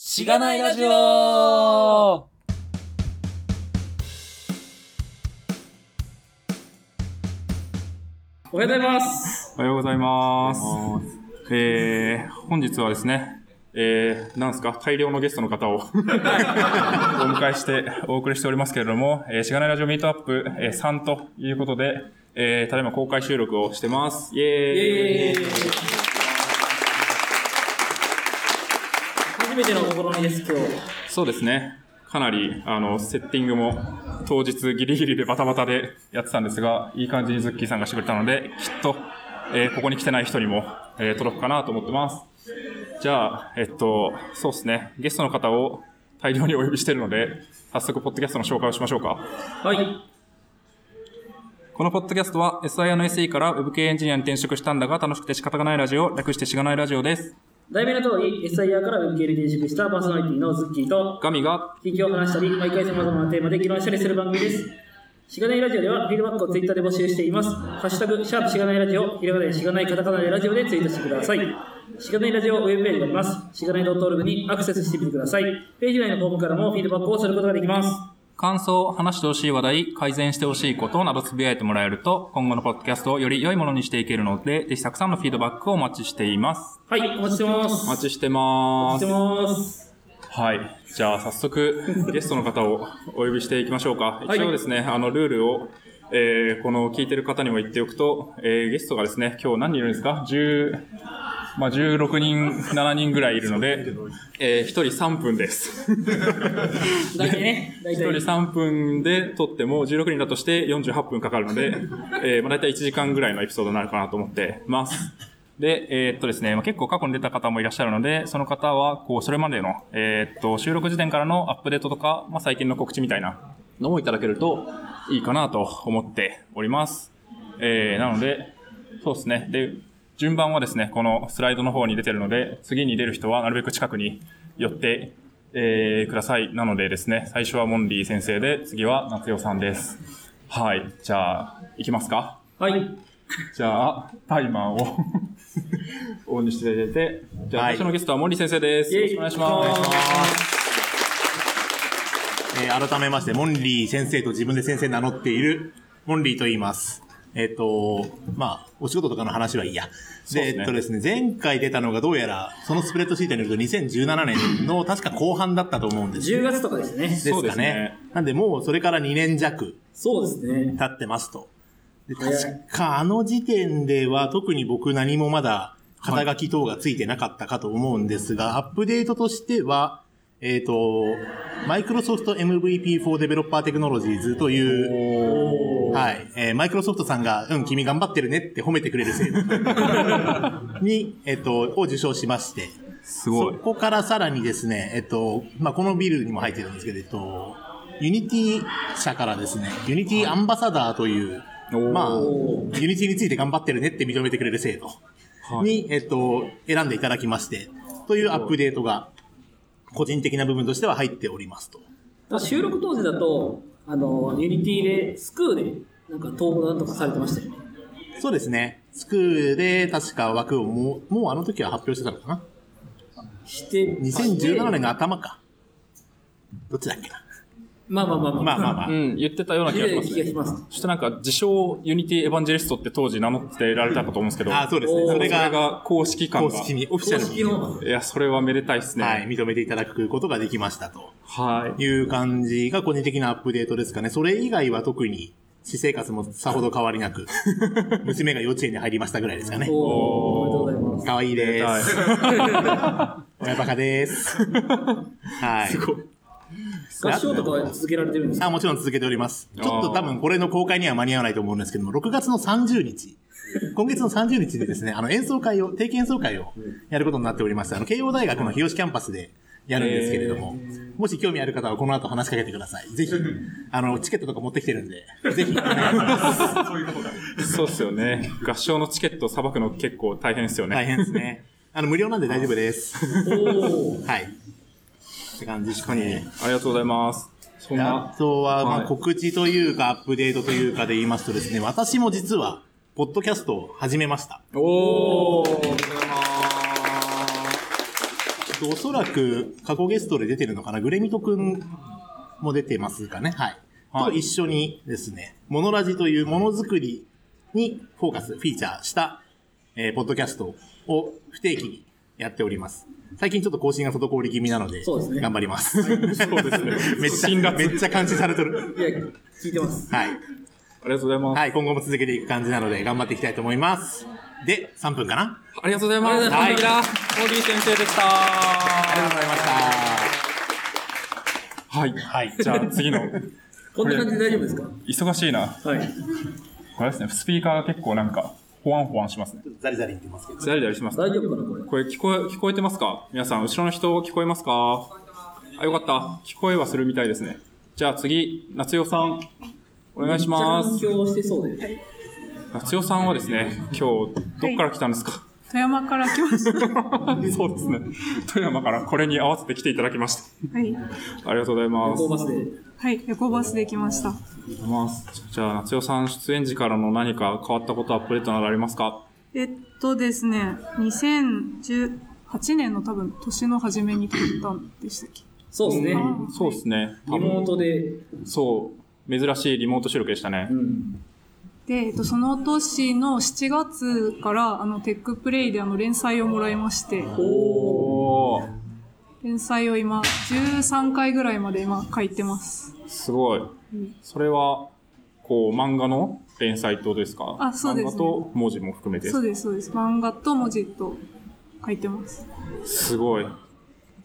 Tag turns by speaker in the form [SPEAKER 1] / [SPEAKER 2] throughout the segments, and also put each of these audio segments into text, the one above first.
[SPEAKER 1] しがないラジオ
[SPEAKER 2] おはようございます。
[SPEAKER 3] おはようございます。えー、本日はですね、えー、なんですか、大量のゲストの 方をお迎えしてお送りしておりますけれども、えー、しがないラジオミートアップ、えー、3ということで、えー、ただいま公開収録をしてます。イエーイ
[SPEAKER 2] 初めての試みです、今日。
[SPEAKER 3] そうですね。かなり、あの、セッティングも当日ギリギリでバタバタでやってたんですが、いい感じにズッキーさんがしてくれたので、きっと、えーここに来てない人にも、えー届くかなと思ってます。じゃあ、えっと、そうですね。ゲストの方を大量にお呼びしているので、早速、ポッドキャストの紹介をしましょうか。
[SPEAKER 2] はい。
[SPEAKER 3] このポッドキャストは SIR の SE から Web 系エンジニアに転職したんだが楽しくて仕方がないラジオ、略してしがないラジオです。
[SPEAKER 2] 題名の通り、SIR から受け入れ転職したパーソナリティのズッキーと、
[SPEAKER 3] ガミが
[SPEAKER 2] 近況を話したり、毎回様々なテーマで議論したりする番組です。しがないラジオでは、フィードバックをツイッターで募集しています。ハッシュタグ、シャープしがないラジオ、ひらがなでしがないカタカナでラジオでツイートしてください。しがないラジオウェブページがあります。しがない .org にアクセスしてみてください。ページ内のフォームからもフィードバックをすることができます。
[SPEAKER 3] 感想、話してほしい話題、改善してほしいことなどつぶやいてもらえると、今後のポッドキャストをより良いものにしていけるので、ぜひたくさんのフィードバックをお待ちしています。
[SPEAKER 2] はい、お待ちしてます。
[SPEAKER 3] お待ちして
[SPEAKER 2] お
[SPEAKER 3] ま
[SPEAKER 2] 待
[SPEAKER 3] す
[SPEAKER 2] ちして。ます。
[SPEAKER 3] はい。じゃあ、早速、ゲストの方をお呼びしていきましょうか。
[SPEAKER 2] はい
[SPEAKER 3] 一応ですね、あの、ルールを、えーこの聞いてる方にも言っておくと、えーゲストがですね、今日何人いるんですか ?10、まあ、16人、7人ぐらいいるので、えー、1人3分です。
[SPEAKER 2] 大体ね、大
[SPEAKER 3] 1人
[SPEAKER 2] 体。
[SPEAKER 3] 3分で撮っても16人だとして48分かかるので、えー、まあ大体1時間ぐらいのエピソードになるかなと思ってます。で、えーっとですね、まあ、結構過去に出た方もいらっしゃるので、その方は、こう、それまでの、えーっと、収録時点からのアップデートとか、まあ、最近の告知みたいなのもいただけるといいかなと思っております。えー、なので、そうですね。で、順番はですね、このスライドの方に出てるので、次に出る人はなるべく近くに寄って、えーください。なのでですね、最初はモンリー先生で、次は夏代さんです。はい。じゃあ、行きますか。
[SPEAKER 2] はい。
[SPEAKER 3] じゃあ、タイマーを オンにしていただいて、じゃあ、
[SPEAKER 1] はい
[SPEAKER 3] 最初のゲストは森先生です。よろしくお願いします。
[SPEAKER 1] えー改めまして、モンリー先生と自分で先生名乗っている、モンリーと言います。えっ、と、まあ、お仕事とかの話はいいや。
[SPEAKER 3] そうで
[SPEAKER 1] で、
[SPEAKER 3] すね
[SPEAKER 1] えっとですね、前回出たのがどうやら、そのスプレッドシートによると2017年の確か後半だったと思うんです。
[SPEAKER 2] 10月とかですね。
[SPEAKER 1] です
[SPEAKER 3] そうで
[SPEAKER 1] か
[SPEAKER 3] すね
[SPEAKER 1] ね。なんで、もうそれから2年弱
[SPEAKER 2] そうですね。
[SPEAKER 1] 経ってますと。で
[SPEAKER 2] 早い
[SPEAKER 1] 確かあの時点では特に僕何もまだ肩書き等がついてなかったかと思うんですが、アップデートとしては、えっ、と、Microsoft MVP for Developer Technologies という、はい、えー、Microsoft さんが、うん、君頑張ってるねって褒めてくれ る制度に、えっ、と、を受賞しまして、
[SPEAKER 3] すごい
[SPEAKER 1] そ。こからさらにですね、えっと、まあ、このビルにも入ってるんですけど、えっと、ユニティ社からですね、ユニティアンバサダーという、
[SPEAKER 3] おー
[SPEAKER 1] まあ、
[SPEAKER 2] お
[SPEAKER 1] ユニティについて頑張ってるねって認めてくれる制度
[SPEAKER 3] はい
[SPEAKER 1] に、えっと、選んでいただきまして、というアップデートが、個人的な部分としては入っておりますと。
[SPEAKER 2] 収録当時だと、あの、ユニティで、スクールで、なんか統合なんとかされてましたよね。
[SPEAKER 1] そうですね。スクールで確か枠をもう、もうあの時は発表してたのかな
[SPEAKER 2] して、
[SPEAKER 1] ?2017 年の頭か。どっちだっけな。
[SPEAKER 2] まあまあまあまあ。
[SPEAKER 1] まあまあまあ
[SPEAKER 3] う。ん、言ってたような気がします、
[SPEAKER 2] 気が
[SPEAKER 3] ね
[SPEAKER 2] し。ます。
[SPEAKER 3] そしてなんか、自称ユニティエヴァンジェリストって当時名乗ってられたかと思うんですけど、
[SPEAKER 1] あー、そうですね。
[SPEAKER 2] おー
[SPEAKER 1] そ
[SPEAKER 3] そ
[SPEAKER 1] れ
[SPEAKER 3] れ
[SPEAKER 1] が、
[SPEAKER 3] が公式感
[SPEAKER 1] 公
[SPEAKER 3] が。
[SPEAKER 1] 式に、オフィシャ
[SPEAKER 2] 公
[SPEAKER 1] ル
[SPEAKER 2] 式
[SPEAKER 1] に。
[SPEAKER 2] の、
[SPEAKER 3] いや、それはめでたいですね。
[SPEAKER 1] はい、認めていただくことができましたと
[SPEAKER 3] はい。
[SPEAKER 1] いう感じが個人的なアップデートですかね。それ以外は特に私生活もさほど変わり なく、娘が幼稚園に入りましたぐらいですかね。
[SPEAKER 2] おおめでとうございます。
[SPEAKER 1] かわいいで
[SPEAKER 3] はい
[SPEAKER 1] す。親バカです。 はい。
[SPEAKER 2] 合唱とかは続けられてるんですか
[SPEAKER 1] あ、もちろん続けております。ちょっと多分これの公開には間に合わないと思うんですけども、6月の30日、今月の30日にですね、あの演奏会を、定期演奏会をやることになっておりまして、あの、慶応大学の日吉キャンパスでやるんですけれども、もし興味ある方はこの後話しかけてください。ぜひ、あの、チケットとか持ってきてるんで、ぜひ、お願いします
[SPEAKER 3] そうっすよね。合唱のチケットをさばくの結構大変ですよね。
[SPEAKER 1] 大変ですね。あの、無料なんで大丈夫です。
[SPEAKER 2] おー
[SPEAKER 1] はい。って感じですかね。
[SPEAKER 3] ありがとうございます。そん
[SPEAKER 1] で
[SPEAKER 3] な
[SPEAKER 1] あ。とは、ま
[SPEAKER 3] は
[SPEAKER 1] あ、
[SPEAKER 3] い
[SPEAKER 1] 告知というか、アップデートというかで言いますとですね、私も実は、ポッドキャストを始めました。
[SPEAKER 3] おー。
[SPEAKER 1] と、おそらく過去ゲストで出てるのかな、グレミトくんも出てますかね、はい。
[SPEAKER 3] はい
[SPEAKER 1] と一緒にですね、モノラジというものづくりにフォーカス、フィーチャーした、えーポッドキャストを不定期にやっております。最近ちょっと更新が滞り気味なので、
[SPEAKER 2] そうですね
[SPEAKER 1] 頑張ります。。
[SPEAKER 3] そうですね
[SPEAKER 1] めっち
[SPEAKER 3] 辛
[SPEAKER 1] ゃ、
[SPEAKER 3] 辣
[SPEAKER 1] めっちゃ感じされてる。
[SPEAKER 2] いや、聞いてます。
[SPEAKER 1] はい。
[SPEAKER 3] ありがとうございます。
[SPEAKER 1] はい、今後も続けていく感じなので、頑張っていきたいと思います。で、3分かな
[SPEAKER 3] ありがとうございます。
[SPEAKER 1] は
[SPEAKER 3] はいい。オーディ先生でした。
[SPEAKER 1] ありがとうございました。
[SPEAKER 3] はい。
[SPEAKER 1] はい
[SPEAKER 3] じゃあ次の、
[SPEAKER 2] こんな感じで大丈夫ですか
[SPEAKER 3] 忙しいな。
[SPEAKER 2] はい。
[SPEAKER 3] これですね、スピーカーが結構なんか、ほわんほわんしますね。
[SPEAKER 1] ザリザリ言ってますけど。
[SPEAKER 3] ザリザリしますね。
[SPEAKER 2] 大丈夫かなこれ。
[SPEAKER 3] これ聞こえ、聞こえてますか皆さん、後ろの人聞こえますかあ、よかった。聞こえはするみたいですね。じゃあ次、夏代さん、お願いします。
[SPEAKER 2] めっちゃ反響してそうで。
[SPEAKER 3] 夏代さんはですね、今日、どっから来たんですか、
[SPEAKER 4] 富山から来ました。は
[SPEAKER 3] そうですね。富山からこれに合わせて来ていただきました。
[SPEAKER 4] い。
[SPEAKER 3] ありがとうございま
[SPEAKER 2] 夜
[SPEAKER 3] す
[SPEAKER 2] 行。バスで。
[SPEAKER 4] はい、夜行バスで来ました。
[SPEAKER 3] ありがとうございますじゃあ、夏代さん、出演時からの何か変わったこと、アップデートなどありますか
[SPEAKER 4] えっとですね、2018年の多分年の初めに撮ったんでしたっけ
[SPEAKER 2] そうですね。
[SPEAKER 4] ん
[SPEAKER 3] そうですね。
[SPEAKER 2] リモートで。
[SPEAKER 3] そう、珍しいリモート収録でしたね
[SPEAKER 2] う。ん。
[SPEAKER 4] で、えっと、その年の7月からあのテックプレイであの連載をもらいまして、
[SPEAKER 3] おー、
[SPEAKER 4] 連載を今13回ぐらいまで今書いてます。
[SPEAKER 3] すごい。それは、こう、漫画の連載ってことですか
[SPEAKER 4] あそうで
[SPEAKER 3] 漫
[SPEAKER 4] すね
[SPEAKER 3] 画と文字も含めて。
[SPEAKER 4] そうです、そうです。漫画と文字と書いてます。
[SPEAKER 3] すごい。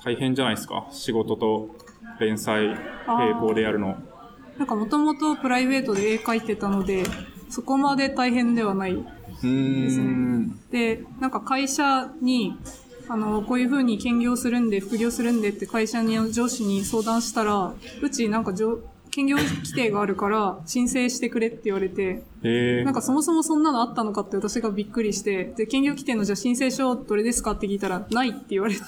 [SPEAKER 3] 大変じゃないですか。仕事と連載、並行でやるの。
[SPEAKER 4] なんかもともとプライベートで絵描いてたので、そこまで大変ではないう
[SPEAKER 3] ーん。
[SPEAKER 4] でなんか会社にあのこういうふうに兼業するんで副業するんでって会社に上司に相談したらうちなんか上兼業規定があるから申請してくれって言われて
[SPEAKER 3] え
[SPEAKER 4] な
[SPEAKER 3] ー、
[SPEAKER 4] んかそもそもそんなのあったのかって私がびっくりしてで兼業規定のじゃあ申請書どれですかって聞いたらないって 言われて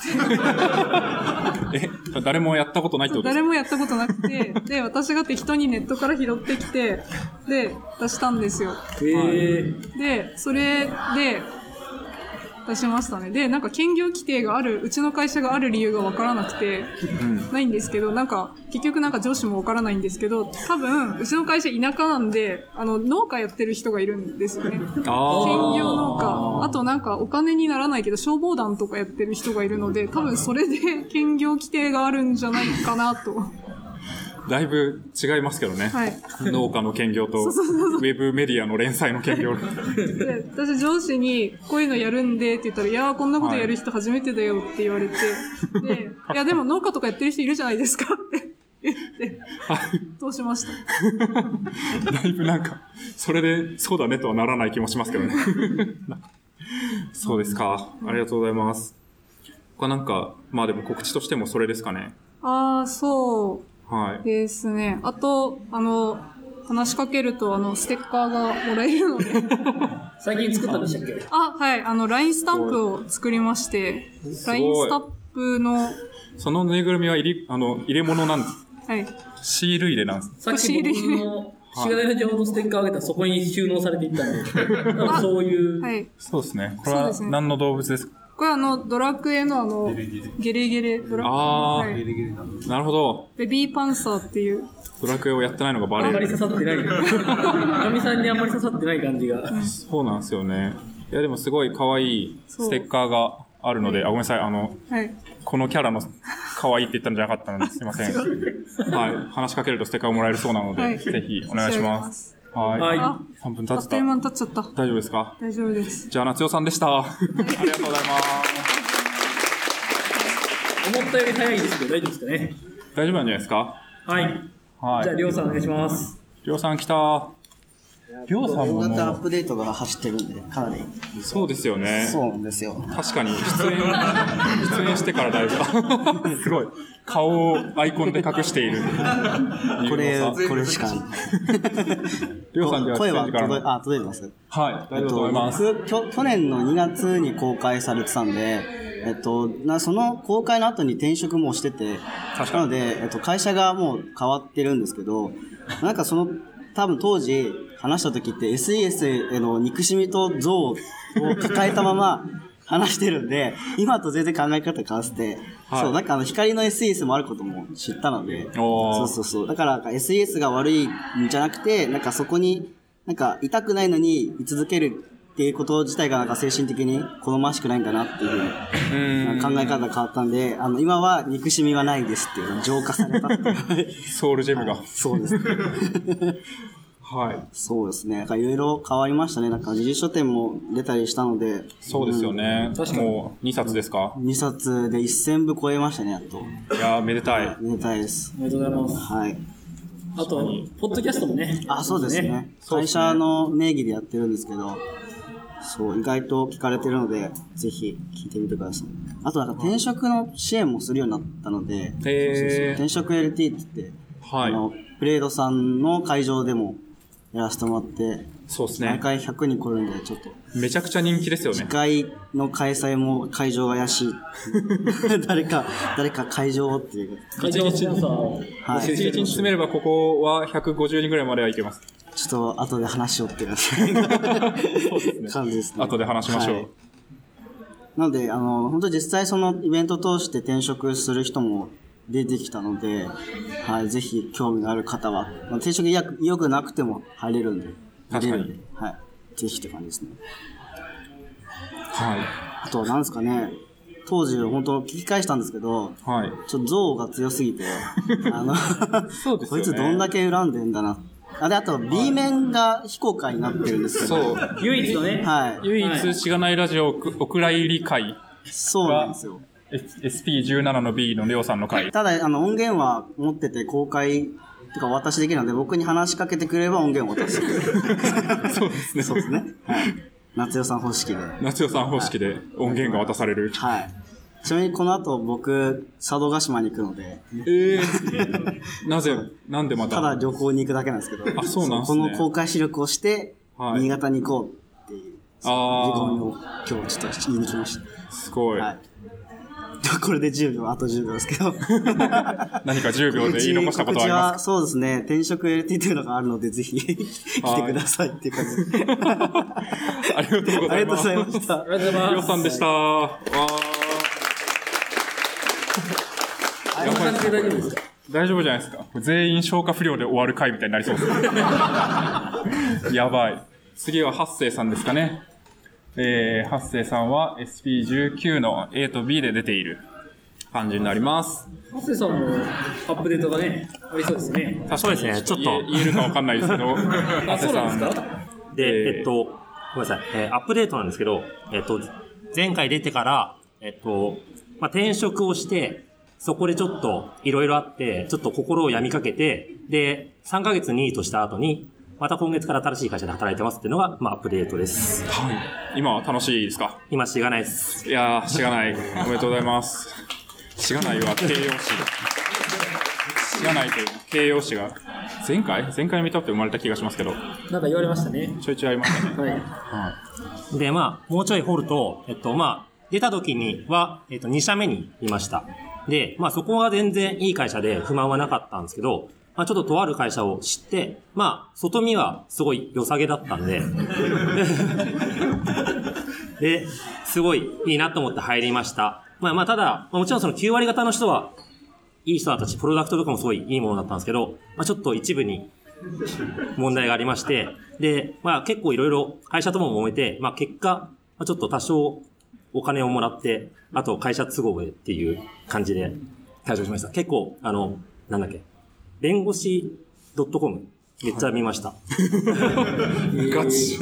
[SPEAKER 3] え、誰もやったことないってことです
[SPEAKER 4] 誰
[SPEAKER 3] か
[SPEAKER 4] もやったことなくてで私が適当にネットから拾ってきてで出したんですよ
[SPEAKER 2] へえ。
[SPEAKER 4] でそれで出しましたねでなんか兼業規定があるうちの会社がある理由が分からなくて
[SPEAKER 3] うん。
[SPEAKER 4] ないんですけどなんか結局なんか上司も分からないんですけど多分うちの会社田舎なんであの農家やってる人がいるんですよね
[SPEAKER 3] あー
[SPEAKER 4] 兼業農家あとなんかお金にならないけど消防団とかやってる人がいるので多分それで 兼業規定があるんじゃないかなと
[SPEAKER 3] だいぶ違いますけどね。
[SPEAKER 4] はい
[SPEAKER 3] 農家の兼業と、ウェブメディアの連載の兼業。
[SPEAKER 4] で私上司に「こういうのやるんで」って言ったら「いやーこんなことやる人初めてだよ」って言われて「 でいやでも農家とかやってる人いるじゃないですか」って 言ってどうしました
[SPEAKER 3] だいぶなんか、それで、そうだねとはならない気もしますけどね。そうですか。ありがとうございます。他なんか、まあでも告知としてもそれですかね。
[SPEAKER 4] ああそ
[SPEAKER 3] は
[SPEAKER 4] う
[SPEAKER 3] い。
[SPEAKER 4] ですねあとあの話しかけるとあのステッカーがもらえ るので
[SPEAKER 2] 最近作ったんでしたっけ
[SPEAKER 4] あはいあの LINE スタンプを作りまして
[SPEAKER 3] すごい
[SPEAKER 4] LINE スタンプのは
[SPEAKER 3] そのぬいぐるみは入り、あの、入れ物なんで
[SPEAKER 4] い
[SPEAKER 3] す。シール入れなんです。
[SPEAKER 2] さっき僕の、しがないラジオのステッカーをあげたらそこに収納されていったん で、多分そういう、
[SPEAKER 4] はい
[SPEAKER 3] そうですね。これ
[SPEAKER 4] そう
[SPEAKER 3] は
[SPEAKER 4] ですね
[SPEAKER 3] 何の動物ですか
[SPEAKER 4] これあのドラクエのあのゲレゲレドラ
[SPEAKER 3] あー
[SPEAKER 4] はい
[SPEAKER 3] なるほど。
[SPEAKER 4] ベビーパンサーっていう
[SPEAKER 3] ドラクエをやってないのがバ
[SPEAKER 2] あんま
[SPEAKER 3] レ
[SPEAKER 2] り
[SPEAKER 3] る。
[SPEAKER 2] 刺さって ない。かみさんにあんまり刺さってない感じが。
[SPEAKER 3] そうなんですよね。いやでもすごい可愛いステッカーがあるので、あ、ごめんなさい。あの、
[SPEAKER 4] はい。
[SPEAKER 3] このキャラの可愛いって言ったんじゃなかったのですいま せん。はい。話しかけるとステッカーをもらえるそうなので、
[SPEAKER 4] はい
[SPEAKER 3] ぜひお願いしま。
[SPEAKER 4] 差し上げますす
[SPEAKER 3] はい。
[SPEAKER 2] はい
[SPEAKER 4] あ、
[SPEAKER 3] 3分
[SPEAKER 4] あ
[SPEAKER 3] 経
[SPEAKER 4] っ
[SPEAKER 3] ち
[SPEAKER 4] と
[SPEAKER 3] た
[SPEAKER 4] いう。間に経っちゃった。
[SPEAKER 3] 大丈夫ですか
[SPEAKER 4] 大丈夫です。
[SPEAKER 3] じゃあ、夏代さんで した。ありがとうございます。
[SPEAKER 2] 思ったより早いですけど、大丈夫ですかね。
[SPEAKER 3] 大丈夫なんじゃないですか
[SPEAKER 2] はい。
[SPEAKER 3] は
[SPEAKER 2] じゃあ、
[SPEAKER 3] い。
[SPEAKER 2] りょうさんお願いします。
[SPEAKER 3] りょうさん来た。りょうさんも
[SPEAKER 5] 大型アッ
[SPEAKER 3] も
[SPEAKER 5] プデートが走ってるんで、かなり。
[SPEAKER 3] う、そうですよね。
[SPEAKER 5] そうなんですよ。
[SPEAKER 3] 確かに、出演、 出演してからだいぶ。 すごい。顔をアイコンで隠して いる。
[SPEAKER 5] これ、
[SPEAKER 3] りょうさん
[SPEAKER 5] これしか。
[SPEAKER 3] りょうさんでは出
[SPEAKER 5] 声
[SPEAKER 3] 演
[SPEAKER 5] は
[SPEAKER 3] 時か
[SPEAKER 5] 届
[SPEAKER 3] ら
[SPEAKER 5] い
[SPEAKER 3] の。
[SPEAKER 5] あ届いてます。
[SPEAKER 3] はい。ありがとうございます。
[SPEAKER 5] えっと僕去去年の2月に公開されてたんで、えっと、なその公開の後に転職もしてて、
[SPEAKER 3] 確
[SPEAKER 5] な
[SPEAKER 3] かに
[SPEAKER 5] ので、えっと、会社がもう変わってるんですけど、なんかその、多分当時話した時って SES への憎しみと憎悪を抱えたまま、話してるんで、今と全然考え方変わってて、
[SPEAKER 3] はい
[SPEAKER 5] そう、なんかあの、光の SES もあることも知ったので、
[SPEAKER 3] おー
[SPEAKER 5] そうそうそう。だからなんか SES が悪いんじゃなくて、なんかそこに、なんか痛くないのに居続けるっていうこと自体がなんか精神的に好ましくないんだなっていうふうに
[SPEAKER 3] うん
[SPEAKER 5] 考え方変わったんで、あの、今は憎しみはないですっていう、浄化されたっていう。
[SPEAKER 3] ソウルジェムが。
[SPEAKER 5] そうですね。
[SPEAKER 3] はい。
[SPEAKER 5] そうですね。なんかいろいろ変わりましたね。なんか自由書店も出たりしたので、
[SPEAKER 3] そうですよね。
[SPEAKER 2] 確かに
[SPEAKER 3] もう2冊ですか。
[SPEAKER 5] 2冊で1000部超えましたね、やっと。
[SPEAKER 3] いやー、めでたい。
[SPEAKER 5] めでたいです。
[SPEAKER 2] おめでとうございます。
[SPEAKER 5] はい。
[SPEAKER 2] あと、ポッドキャストもね。
[SPEAKER 5] あ、そうですね。
[SPEAKER 3] そうで
[SPEAKER 5] 会
[SPEAKER 3] すね
[SPEAKER 5] 社の名義でやってるんですけど、そう、意外と聞かれてるので、ぜひ聞いてみてください。あとなんか転職の支援もするようになったので、そうそうそう
[SPEAKER 3] えー
[SPEAKER 5] 転職 LT って言って、
[SPEAKER 3] は
[SPEAKER 5] あの
[SPEAKER 3] い。、
[SPEAKER 5] プレードさんの会場でもやらせてもらって、
[SPEAKER 3] そうです
[SPEAKER 5] 毎
[SPEAKER 3] ね。
[SPEAKER 5] 回100人来るんで、ちょっと、
[SPEAKER 3] めちゃくちゃ人気ですよね
[SPEAKER 5] 次。回の開催も会場が怪 しい。誰か、誰か会場をっていう。
[SPEAKER 2] 会場スポンサーを募
[SPEAKER 5] はい
[SPEAKER 2] 集
[SPEAKER 3] 一
[SPEAKER 2] して
[SPEAKER 3] 日
[SPEAKER 2] おり
[SPEAKER 3] に
[SPEAKER 2] ます
[SPEAKER 3] 詰めればここは150人ぐらいまではいけます。
[SPEAKER 5] ちょっと後で話しようっていう感じですね。
[SPEAKER 3] 後で話しましょう
[SPEAKER 5] はいなので、あの、本当実際そのイベント通して転職する人も出てきたので、はい、ぜひ興味のある方は、まあ転職意欲意欲なくても入れるんで、
[SPEAKER 3] 確
[SPEAKER 5] 入
[SPEAKER 3] か
[SPEAKER 5] れ
[SPEAKER 3] に
[SPEAKER 5] るんで、はい、ぜひって感じですね。
[SPEAKER 3] はい。
[SPEAKER 5] あとは何ですかね、当時本当聞き返したんですけど、
[SPEAKER 3] はい。
[SPEAKER 5] ちょっと憎悪が強すぎて、 あの、
[SPEAKER 3] そうですよね
[SPEAKER 5] こいつどんだけ恨んでんだな。あで、あと B 面が非公開になってるんですけど、
[SPEAKER 3] そう。
[SPEAKER 2] 唯一のね、
[SPEAKER 5] はい、
[SPEAKER 3] 唯
[SPEAKER 2] はい
[SPEAKER 3] 一、しがないラジオおくお蔵入り会、
[SPEAKER 5] そうなんですよ。
[SPEAKER 3] S- SP17 の B のレオさんの会。
[SPEAKER 5] ただ、あの、音源は持ってて公開、てかお渡しできるので、僕に話しかけてくれれば音源を渡す。
[SPEAKER 3] そうですね。
[SPEAKER 5] そうですね。はい。夏代さん方式で。
[SPEAKER 3] 夏代さん方式で音源が渡される。
[SPEAKER 5] はい。ちなみにこの後僕、佐渡島に行くので、
[SPEAKER 3] ええなぜ、なんでま
[SPEAKER 5] た
[SPEAKER 3] た。
[SPEAKER 5] だ旅行に行くだけなんですけど、
[SPEAKER 3] あそうなんですね
[SPEAKER 5] この公開視力をして、
[SPEAKER 3] はい
[SPEAKER 5] 新潟に行こうっていう、
[SPEAKER 3] あー
[SPEAKER 5] 意気込みを今日ちょっと言いに来まし
[SPEAKER 3] すごい。
[SPEAKER 5] た。はい。これで10秒、あと10秒ですけど。
[SPEAKER 3] 何か10秒で言い残したことはあり
[SPEAKER 5] 告
[SPEAKER 3] ま
[SPEAKER 5] 知そうですね、転職 LT というのがあるので、ぜひ 来てくださいっていう感じで。
[SPEAKER 3] すかありがとうご
[SPEAKER 5] あ
[SPEAKER 3] ざ
[SPEAKER 5] りがとう
[SPEAKER 3] いま
[SPEAKER 5] ご
[SPEAKER 3] す
[SPEAKER 5] ざ。いました
[SPEAKER 2] あ。りがとうござい
[SPEAKER 3] レオ
[SPEAKER 2] ます。
[SPEAKER 3] さんでした。わ
[SPEAKER 2] ありがとうございます大丈
[SPEAKER 3] ー大丈
[SPEAKER 2] 夫ですか
[SPEAKER 3] 夫じゃないですか。全員消化不良で終わる回みたいになりそ うです。やばい。次は八世さんですかね。えー、八世さんは SP19 の A と B で出ている感じになります。
[SPEAKER 2] ハセさんもアップデートがね、ありそうですね。
[SPEAKER 3] 確
[SPEAKER 6] そうですねちょっと
[SPEAKER 3] 言え言えるかわかんないですけ ど、八
[SPEAKER 2] あ、
[SPEAKER 3] 世
[SPEAKER 2] そうなん
[SPEAKER 3] さ
[SPEAKER 2] です
[SPEAKER 3] ん。
[SPEAKER 2] か
[SPEAKER 6] で、
[SPEAKER 3] えー
[SPEAKER 6] えっと、ごめんなさい、えーアップデートなんですけど、えっと、前回出てから、えっと、まあ、転職をして、そこでちょっといろいろあって、ちょっと心を病みかけて、で、3ヶ月ニートした後に、また今月から新しい会社で働いてますっていうのが、まあ、アップデートです。
[SPEAKER 3] はい。今は楽しいですか
[SPEAKER 6] 今、しがないです。
[SPEAKER 3] いやー、しがない。おめでとうございます。しがないは形容詞。しがないという形容詞が、前回前回のミートアップで生まれた気がしますけど、
[SPEAKER 2] なんか言われましたね。
[SPEAKER 3] ちょいちょいありましたね。
[SPEAKER 2] はい。
[SPEAKER 6] で、まあ、もうちょい掘ると、えっと、まあ、出た時には、えっと、2社目にいました。で、まあ、そこは全然いい会社で不満はなかったんですけど、まあ、ちょっととある会社を知って、まあ、外見はすごい良さげだったんで、 で、すごいいいなと思って入りました。まあまあ、ただ、まあもちろんその9割方の人は、いい人だったし、プロダクトとかもすごいいいものだったんですけど、まあちょっと一部に問題がありまして、で、まあ結構いろいろ会社とも揉めて、まあ結果、まあ、ちょっと多少お金をもらって、あと会社都合でっていう感じで退職しました。結構、あの、なんだっけ、弁護士 .com めっちゃ見ました。
[SPEAKER 3] ガチ。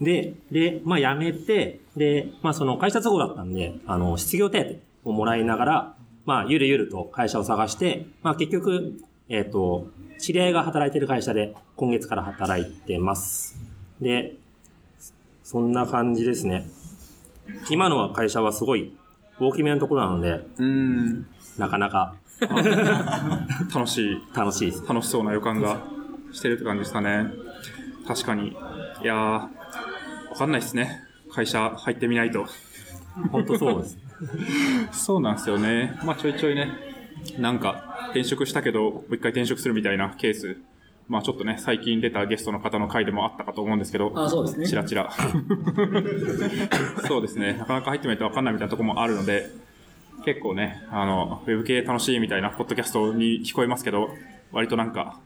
[SPEAKER 6] で、で、まあ辞めて、で、まあその会社都合だったんで、あの、失業手当をもらいながら、まあゆるゆると会社を探して、まあ結局、えっ、と、知り合いが働いてる会社で今月から働いてます。で、そんな感じですね。今の会社はすごい大きめのところなので、
[SPEAKER 3] う ーん。
[SPEAKER 6] なかなか
[SPEAKER 3] 楽しい。
[SPEAKER 6] 楽しいです。
[SPEAKER 3] 楽しそうな予感がしてるって感じですかね。確かに。いやー、わかんないですね。会社入ってみないと。
[SPEAKER 6] 本当そうです。
[SPEAKER 3] そうなんですよね。まあちょいちょいね、なんか転職したけど、もう一回転職するみたいなケースまあちょっとね、最近出たゲストの方の回でもあったかと思うんですけど、
[SPEAKER 2] あそうですね
[SPEAKER 3] チラチラ。 そうですね、なかなか入ってみないとわかんないみたいなところもあるので、結構ね、あの、ウェブ系楽しいみたいなポッドキャストに聞こえますけど、割となんか、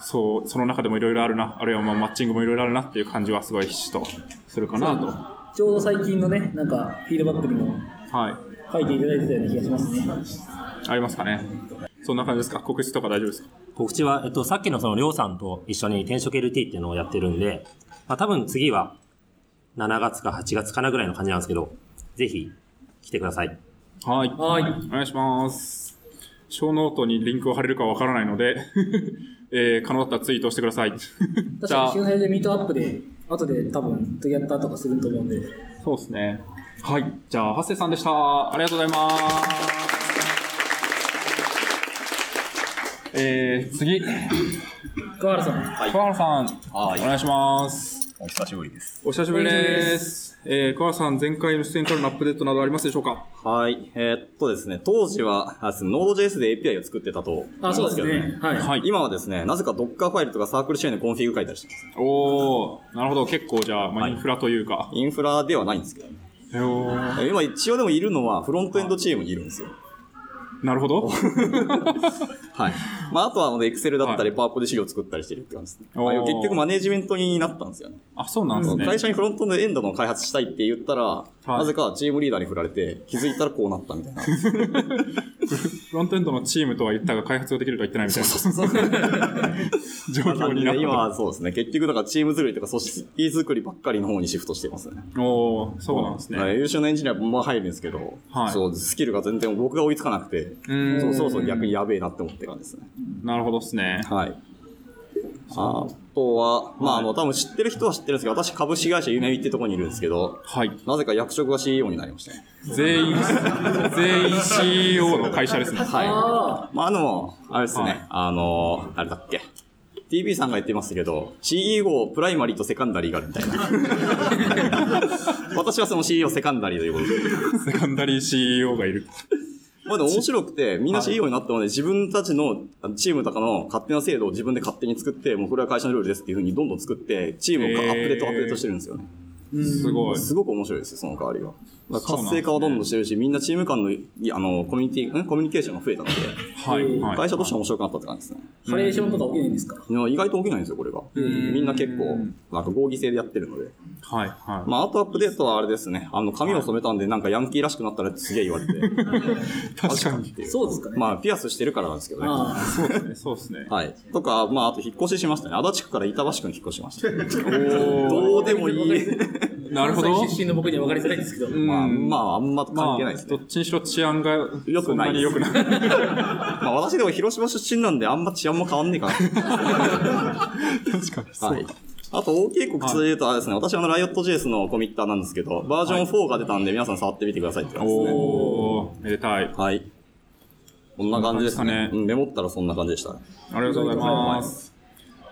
[SPEAKER 3] そう、その中でもいろいろあるな、あるいはまあマッチングもいろいろあるなっていう感じはすごいひしとするかなと。
[SPEAKER 2] ちょうど最近のね、なんか、フィードバックにも
[SPEAKER 3] はい。
[SPEAKER 2] 書いていただいてたような気がしますね。
[SPEAKER 3] ありますかね。そんな感じですか告知とか大丈夫ですか
[SPEAKER 6] 告知は、えっと、さっきのその、りょうさんと一緒に転職 LT っていうのをやってるんで、まあ、多分次は、7月か8月かなぐらいの感じなんですけど、ぜひ、来てください。
[SPEAKER 3] はい。
[SPEAKER 2] はい。
[SPEAKER 3] お願いします。小ノートにリンクを貼れるかわからないので、 えー可能だったらツイートしてください。
[SPEAKER 2] 確
[SPEAKER 3] じゃ
[SPEAKER 2] かに、
[SPEAKER 3] あ
[SPEAKER 2] シ、グナイでミートアップで、後で多分、トゥギャッターとかすると思うんで。
[SPEAKER 3] そうですね。はい。じゃあ、ハッセさんでした。ありがとうございます。えー、次、
[SPEAKER 2] 川原さん。
[SPEAKER 3] 桑原さん、
[SPEAKER 7] はい
[SPEAKER 3] お願いします。
[SPEAKER 7] お久しぶりです。
[SPEAKER 3] お久しぶりです。えー、桑原さん、前回の出演からのアップデートなどありますでしょうか
[SPEAKER 7] はい。えーっとですね、当時は、あすノード JS で API を作ってたと思いま
[SPEAKER 2] あ、
[SPEAKER 7] す
[SPEAKER 2] そうです
[SPEAKER 7] けど
[SPEAKER 2] ね。。はい。
[SPEAKER 3] はい
[SPEAKER 7] 今はですね、なぜか Docker ファイルとかサークルシェーンのコンフィグ書いたりしてます。
[SPEAKER 3] おー、なるほど。結構、じゃあ、まあ、
[SPEAKER 7] はい
[SPEAKER 3] インフラというか。
[SPEAKER 7] インフラではないんですけどね。
[SPEAKER 3] へー
[SPEAKER 7] 今一応でもいるのは、フロントエンドチームにいるんですよ。
[SPEAKER 3] なるほど。
[SPEAKER 7] はい。まあ、あとは、あの、Excel だったり、
[SPEAKER 3] は
[SPEAKER 7] PowerPoint で資料作ったりしてるって感じですね。ま
[SPEAKER 3] お
[SPEAKER 7] あ
[SPEAKER 3] ー
[SPEAKER 7] 結局、マネジメントになったんですよね。
[SPEAKER 3] あ、そうなんですね。
[SPEAKER 7] 会社にフロントエンドの開発したいって言ったら、
[SPEAKER 3] い
[SPEAKER 7] なぜかチームリーダーに振られて、気づいたらこうなったみたいな。
[SPEAKER 3] フロントエンドのチームとは言ったが開発ができるとは言ってないみたいな状況にな
[SPEAKER 7] 今
[SPEAKER 3] っ
[SPEAKER 7] はそうですね。結局、だからチーム作りとか組織作りばっかりの方にシフトしてますね。
[SPEAKER 3] た。おお、そうなんです
[SPEAKER 7] は
[SPEAKER 3] ね。
[SPEAKER 7] い優秀なエンジニアも入るんですけど、
[SPEAKER 3] はい
[SPEAKER 7] そう、スキルが全然僕が追いつかなくて、
[SPEAKER 3] うん
[SPEAKER 7] そうそうそう逆にやべえなって思ってるんですね。
[SPEAKER 3] なるほどですね。
[SPEAKER 7] はい。あとは、まあ、
[SPEAKER 3] はい
[SPEAKER 7] あの、多分知ってる人は知ってるんですけど、私株式会社ゆめみってとこにいるんですけど、
[SPEAKER 3] はい。
[SPEAKER 7] なぜか役職が CEO になりましたね。
[SPEAKER 3] 全員、全員 CEO の会社ですね。
[SPEAKER 7] はい。
[SPEAKER 2] あ
[SPEAKER 7] まあ、あの、あれですね、
[SPEAKER 3] はい
[SPEAKER 7] あの、あれだっけ。TB さんが言ってましたけど、CEO、プライマリーとセカンダリーがあるみたいな。 私はその CEO、セカンダリーということで。
[SPEAKER 3] セカンダリー CEO がいる。
[SPEAKER 7] まあでも面白くて、みんな CEO になったので、自分たちのあのチームとかの勝手な制度を自分で勝手に作って、もうこれは会社のルールですっていうふうにどんどん作って、チームを
[SPEAKER 3] へ
[SPEAKER 7] か
[SPEAKER 3] ー
[SPEAKER 7] アップデートアップデートしてるんですよね。
[SPEAKER 3] すごい。
[SPEAKER 7] すごく面白いですよ、その代わりが。だか
[SPEAKER 3] そ
[SPEAKER 7] ら
[SPEAKER 3] うなんですね
[SPEAKER 7] 活性化をどんどんしてるし、みんなチーム間の、いあの、コミュニティ、んコミュニケーションが増えたので、
[SPEAKER 3] はい。はい
[SPEAKER 7] 会社としては面白くなったって感じですね。
[SPEAKER 2] あ、ハレーションとか起きないんですか
[SPEAKER 7] いや意外と起きないんですよ、これが。みんな結構、なんか合議制でやってるので。
[SPEAKER 3] はい。は
[SPEAKER 7] まあ、あとアップデートはあれですね、あの、髪を染めたんで、なんかヤンキーらしくなったらってすげえ言われて。
[SPEAKER 3] い。確かに。
[SPEAKER 7] っていう
[SPEAKER 2] そうですか ね。
[SPEAKER 7] まあ、ピアスしてるからなんですけどね。
[SPEAKER 2] あ
[SPEAKER 3] そうですね。そうですね。
[SPEAKER 7] はい。とか、まあ、あと引っ越ししましたね。足立区から板橋区に引っ越しました。
[SPEAKER 3] お
[SPEAKER 7] どうでもいい。
[SPEAKER 3] ーなるほど
[SPEAKER 2] 関。西出身の僕には分かりづらいんですけど。
[SPEAKER 7] まあ、
[SPEAKER 3] うん
[SPEAKER 7] まあ、あんま
[SPEAKER 3] ま
[SPEAKER 7] 関係ないです
[SPEAKER 3] あ、ど
[SPEAKER 7] ね。
[SPEAKER 3] っちにしろ治安が
[SPEAKER 7] 良
[SPEAKER 3] そ
[SPEAKER 7] く
[SPEAKER 3] ん
[SPEAKER 7] な
[SPEAKER 3] ないに
[SPEAKER 7] です
[SPEAKER 3] 良くない。
[SPEAKER 7] まあ、私でも広島出身なんで、あんま治安も変わんねえかな。
[SPEAKER 3] 確かに。
[SPEAKER 7] はい。あと、大きい告知で言うと、あれですね、私はあの、ライオット JS のコミッターなんですけど、バージョン4が出たんで、皆さん触ってみてくださいって感じですね。
[SPEAKER 3] おー、めでたい。
[SPEAKER 7] はい。こんな感じです
[SPEAKER 3] こんな感じです。か
[SPEAKER 7] ねう
[SPEAKER 3] ね
[SPEAKER 7] ん、メモったらそんな感じでしたね。
[SPEAKER 3] ありがとうございます。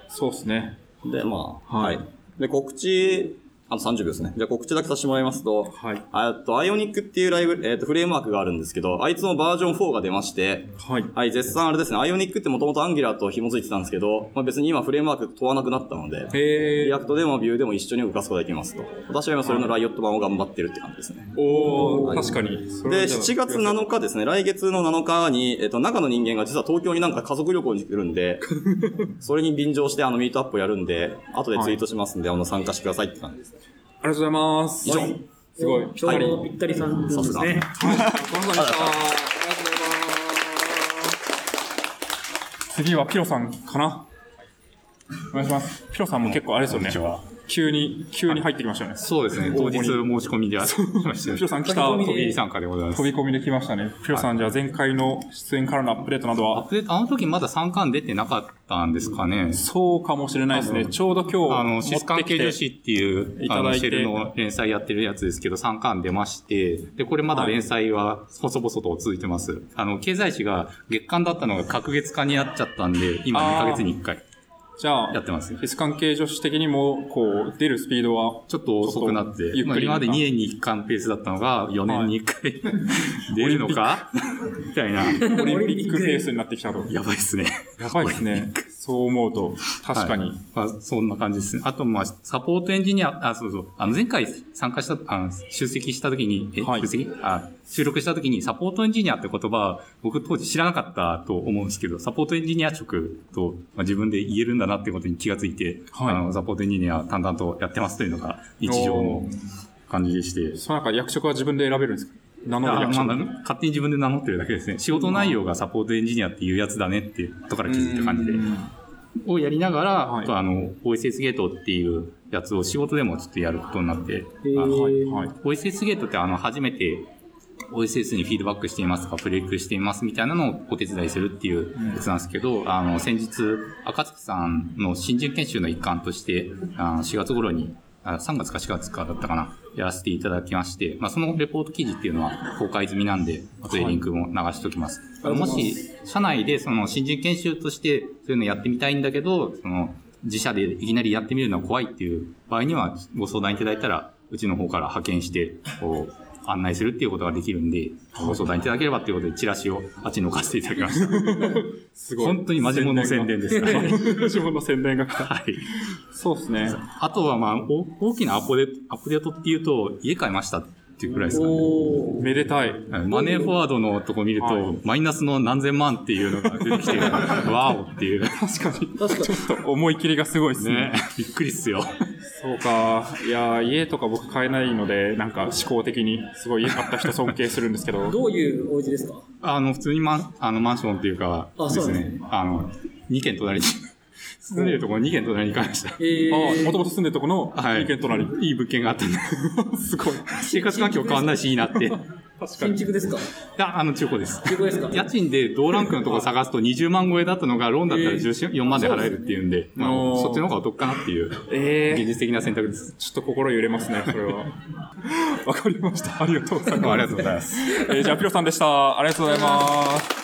[SPEAKER 3] そうですね。
[SPEAKER 7] で、まあ、
[SPEAKER 3] は
[SPEAKER 7] はいい。で、告知、あと30秒ですね。じゃあ告知だけさせてもらいますと、
[SPEAKER 3] はい
[SPEAKER 7] えっと、アイオニックっていうライブ、えっと、フレームワークがあるんですけど、あいつのバージョン4が出まして、
[SPEAKER 3] はい。
[SPEAKER 7] はい、絶賛あれですね、アイオニックってもともとアンギュラーと紐づいてたんですけど、まあ別に今フレームワーク問わなくなったので、
[SPEAKER 3] へ
[SPEAKER 7] リ
[SPEAKER 3] ー
[SPEAKER 7] アクトでもビューでも一緒に動かすことができますと。私は今それのライオット版を頑張ってるって感じですね。
[SPEAKER 3] おお確かに。
[SPEAKER 7] で、7月7日ですね、来月の7日に、えっと、中の人間が実は東京になんか家族旅行に来るんで、それに便乗してあのミートアップをやるんで、後でツイートしますんで、あの、参加してくださいって感じです。
[SPEAKER 3] ありがとうございます。以上。すごい。
[SPEAKER 2] ちょうどぴったりさんです
[SPEAKER 7] はい
[SPEAKER 2] ね。
[SPEAKER 3] 次はピロさんかなお願いします。ピロさんも結構あれですよね。急に、急に入ってきましたよね。
[SPEAKER 8] そうですね、
[SPEAKER 3] 応
[SPEAKER 8] 当
[SPEAKER 3] 募に
[SPEAKER 8] 日申し込みでありまして、
[SPEAKER 3] ピロさん来た
[SPEAKER 8] 飛び参加でございます
[SPEAKER 3] 飛。び込みできましたね。ピロさん、じゃあ前回の出演からのアップデートなど
[SPEAKER 8] アッ
[SPEAKER 3] は、
[SPEAKER 8] プデート、あの時まだ三冠出てなかったんですかね。
[SPEAKER 3] そうかもしれないですね。ちょうど
[SPEAKER 8] あ
[SPEAKER 3] 今
[SPEAKER 8] の、
[SPEAKER 3] 日、
[SPEAKER 8] シ
[SPEAKER 3] 持
[SPEAKER 8] スカ
[SPEAKER 3] っ
[SPEAKER 8] ン
[SPEAKER 3] てき
[SPEAKER 8] 系女
[SPEAKER 3] て、
[SPEAKER 8] 子っていう、あ
[SPEAKER 3] いただ
[SPEAKER 8] の、
[SPEAKER 3] いて
[SPEAKER 8] シェルの連載やってるやつですけど、3巻出まして、で、これまだ連載は細々と続いてます。あの、経済誌が月間だったのが隔月間になっちゃったんで、今
[SPEAKER 3] あー
[SPEAKER 8] 2ヶ月に1回
[SPEAKER 3] じゃ
[SPEAKER 8] やっ
[SPEAKER 3] あ、
[SPEAKER 8] てます。
[SPEAKER 3] フィス関係女子的にも、こう、出るスピードは、
[SPEAKER 8] ちょっと遅くなって、
[SPEAKER 3] ゆっ
[SPEAKER 8] まあ
[SPEAKER 3] くり
[SPEAKER 8] 今まで2年に1巻ペースだったのが、4年に1回、 出るのかみたいな。
[SPEAKER 3] オリンピックペースになってきたと。
[SPEAKER 8] やばいっすね。
[SPEAKER 3] やばいですね。そう思うと、確かに。
[SPEAKER 8] はいまあ、そんな感じですね。あと、まあ、サポートエンジニア、あ、そうそう。あの、前回参加した、あの出席した時に、え、
[SPEAKER 3] はい
[SPEAKER 8] 出席あ、収録した時に、サポートエンジニアって言葉、僕当時知らなかったと思うんですけど、サポートエンジニア職と、まあ、自分で言えるんだなってことに気がついて、
[SPEAKER 3] はい
[SPEAKER 8] あの、サポートエンジニア淡々とやってますというのが日常の感じでして。
[SPEAKER 3] その中、役職は自分で選べるんですか名乗る
[SPEAKER 8] あ
[SPEAKER 3] 役職。
[SPEAKER 8] まあ勝手に自分で名乗ってるだけですね。仕事内容がサポートエンジニアっていうやつだねって、とから気づいた感じで。をやりながら、
[SPEAKER 3] はい
[SPEAKER 8] あとあの、OSS ゲートっていうやつを仕事でもちょっとやることになって、あの
[SPEAKER 3] はい、はい。
[SPEAKER 8] OSS ゲートってあの、初めて OSS にフィードバックしていますとか、プレイクしていますみたいなのをお手伝いするっていうやつなんですけど、あの、先日、赤月さんの新人研修の一環として、あの4月頃に、あ3月か4月かだったかな、やらせていただきまして、まあ、そのレポート記事っていうのは公開済みなんで、後でリンクも流しておきます。もし、社内でその新人研修としてそういうのやってみたいんだけど、その、自社でいきなりやってみるのは怖いっていう場合にはご相談いただいたら、うちの方から派遣して、こう、案内するっていうことができるんで、ご相談いただければということで、チラシをあっちに置かせていただきました。
[SPEAKER 3] すごい。
[SPEAKER 8] 本当にマジモの宣伝 です。はい
[SPEAKER 3] マジモの宣伝が来 た。
[SPEAKER 8] はい。
[SPEAKER 3] そうですね。
[SPEAKER 8] あとは、まあ、お大きなアップデート、アップデートっていうと、家買いましたっていうくらいですかね。
[SPEAKER 2] おー
[SPEAKER 3] めでたい。
[SPEAKER 8] はいマネーフォワードのとこ見る
[SPEAKER 3] は
[SPEAKER 8] と、マイナスの何千万っていうのが出てき て、わおっていう。
[SPEAKER 3] 確かに。
[SPEAKER 2] 確かに。
[SPEAKER 3] ちょっと思い切りがすごいですね
[SPEAKER 8] ね。、びっくりっすよ。
[SPEAKER 3] そうか。いやー、家とか僕買えないので、なんか思考的に、すごい家買った人尊敬するんですけど、
[SPEAKER 2] どういうお家ですか
[SPEAKER 8] あの、普通にマン、あの、マンションっていうか、
[SPEAKER 2] あ
[SPEAKER 8] です
[SPEAKER 2] そうなん
[SPEAKER 8] ね。あの、2軒隣に、住んでるところ2軒隣に買いました。
[SPEAKER 2] えー、
[SPEAKER 3] あもともと住んでるとこの
[SPEAKER 8] はい。
[SPEAKER 3] 意見隣。
[SPEAKER 8] いい物件があった んで。すごい。生活環境変わんないし、いいなって。い
[SPEAKER 2] 新築ですか
[SPEAKER 8] や、あの、中古です。
[SPEAKER 2] 中古ですか
[SPEAKER 8] 家賃で同ランクのところ探すと20万超えだったのが、ローンだったら14万で払えるっていうんで、まあ
[SPEAKER 3] おー
[SPEAKER 8] そっちの方がお得かなっていう、
[SPEAKER 3] え
[SPEAKER 8] 現
[SPEAKER 3] ー、
[SPEAKER 8] 実的な選択です。
[SPEAKER 3] ちょっと心揺れますね、それ は。わかりました。ありがとうございます。
[SPEAKER 8] ありがとうございます。
[SPEAKER 3] えーじゃあ、ピロさんでした。ありがとうございます。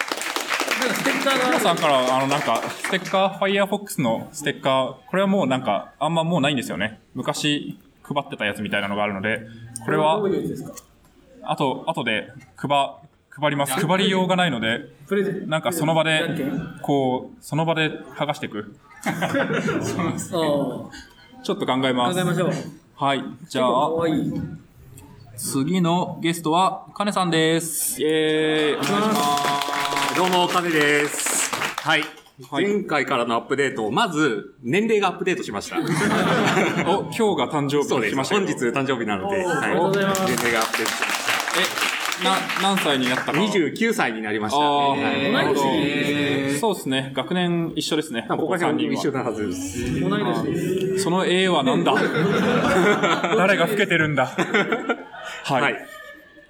[SPEAKER 2] なんかステッカー
[SPEAKER 3] ピ
[SPEAKER 2] が
[SPEAKER 3] ロさんから、あの、なんか、ステッカー、Firefox のステッカー、これはもうなんか、あんまもうないんですよね。昔、配ってたやつみたいなのがあるので、これは
[SPEAKER 2] どう、いうお家ですか
[SPEAKER 3] あと、あとで、配、配ります。配りようがないので、
[SPEAKER 2] プレゼン
[SPEAKER 3] なんかその場で
[SPEAKER 2] じゃんけんあ、
[SPEAKER 3] こう、その場で剥がしていく。
[SPEAKER 2] あ、考
[SPEAKER 3] ちょっと考えます
[SPEAKER 2] え。ましょう。
[SPEAKER 3] はい。じ
[SPEAKER 2] じ
[SPEAKER 3] ゃ
[SPEAKER 2] ゃ
[SPEAKER 3] あ
[SPEAKER 2] あ、、わいい。
[SPEAKER 3] 次のゲストは、カネさんです。イェーイ。お願いします。
[SPEAKER 9] どうも、カネです。はい。
[SPEAKER 3] はい
[SPEAKER 9] 前回からのアップデート、まず、年齢がアップデートしま した。
[SPEAKER 3] お、今日が誕生日
[SPEAKER 9] そ
[SPEAKER 3] と
[SPEAKER 9] うで
[SPEAKER 3] 聞き
[SPEAKER 9] す。
[SPEAKER 3] ましたけ
[SPEAKER 9] 本
[SPEAKER 3] ど
[SPEAKER 9] 日誕生日なので、はい。
[SPEAKER 2] おめでとうございます
[SPEAKER 9] 年齢がアップデートしまし
[SPEAKER 3] え、な、何歳になったか。
[SPEAKER 9] た。29歳になりました。
[SPEAKER 3] ああ、
[SPEAKER 9] はい
[SPEAKER 3] なるほど
[SPEAKER 2] 同い年
[SPEAKER 3] そうですね。学年一緒ですね。
[SPEAKER 9] ここら辺一緒
[SPEAKER 3] こ
[SPEAKER 9] なはずです。
[SPEAKER 2] 同い年です。
[SPEAKER 3] こ三人はその A は なんだ誰が老けてるんだはい。
[SPEAKER 9] はい。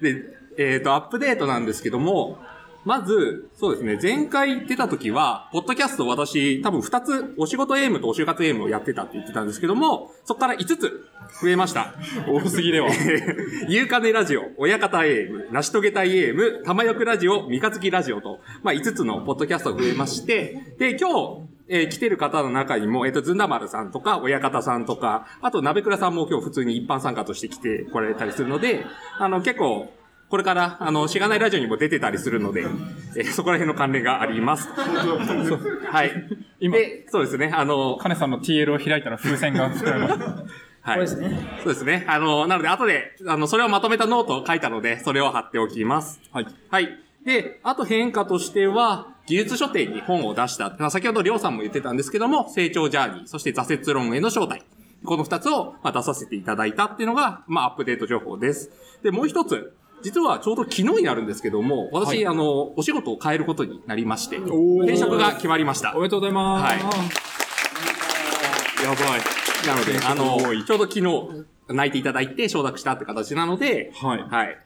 [SPEAKER 9] で、えっ、と、アップデートなんですけども、まず、そうですね、前回出た時は、ポッドキャストを私、多分2つ、お仕事エイムとお就活エイムをやってたって言ってたんですけども、そこから5つ増えました。
[SPEAKER 3] 多すぎ では。
[SPEAKER 9] ゆうかねラジオ、親方 AM、成し遂げたい AM、玉よくラジオ、三日月ラジオと、まあ、5つのポッドキャストが増えまして、で、今日、えー来てる方の中にも、えっ、と、ずんだ丸さんとか、親方さんとか、あと、鍋倉さんも今日普通に一般参加として来てこられたりするので、あの、結構、これから、あの、しがないラジオにも出てたりするので、えーそこら辺の関連があり ます。はい。
[SPEAKER 3] 今
[SPEAKER 9] で、そうですね、あの、
[SPEAKER 3] カネさんの TL を開いたら風船が作られます。
[SPEAKER 9] はい。
[SPEAKER 2] これですね。
[SPEAKER 9] そうですね。あの、なので、後で、あの、それをまとめたノートを書いたので、それを貼っておきます。
[SPEAKER 3] はい。
[SPEAKER 9] はい。で、あと変化としては、技術書店に本を出した。まあ先ほどりょうさんも言ってたんですけども、成長ジャーニー、そして挫折論への招待。この二つを、まあ、出させていただいたっていうのが、まあ、アップデート情報です。で、もう一つ。実はちょうど昨日になるんですけども、私、
[SPEAKER 3] はい
[SPEAKER 9] あの、お仕事を変えることになりまして、転職が決まりました
[SPEAKER 3] お。めでとうございます。
[SPEAKER 9] はい
[SPEAKER 3] やばい。
[SPEAKER 9] なので、あの、
[SPEAKER 3] 多い
[SPEAKER 9] ちょうど昨日、泣いていただいて承諾したって形なので、
[SPEAKER 3] はい
[SPEAKER 9] はい。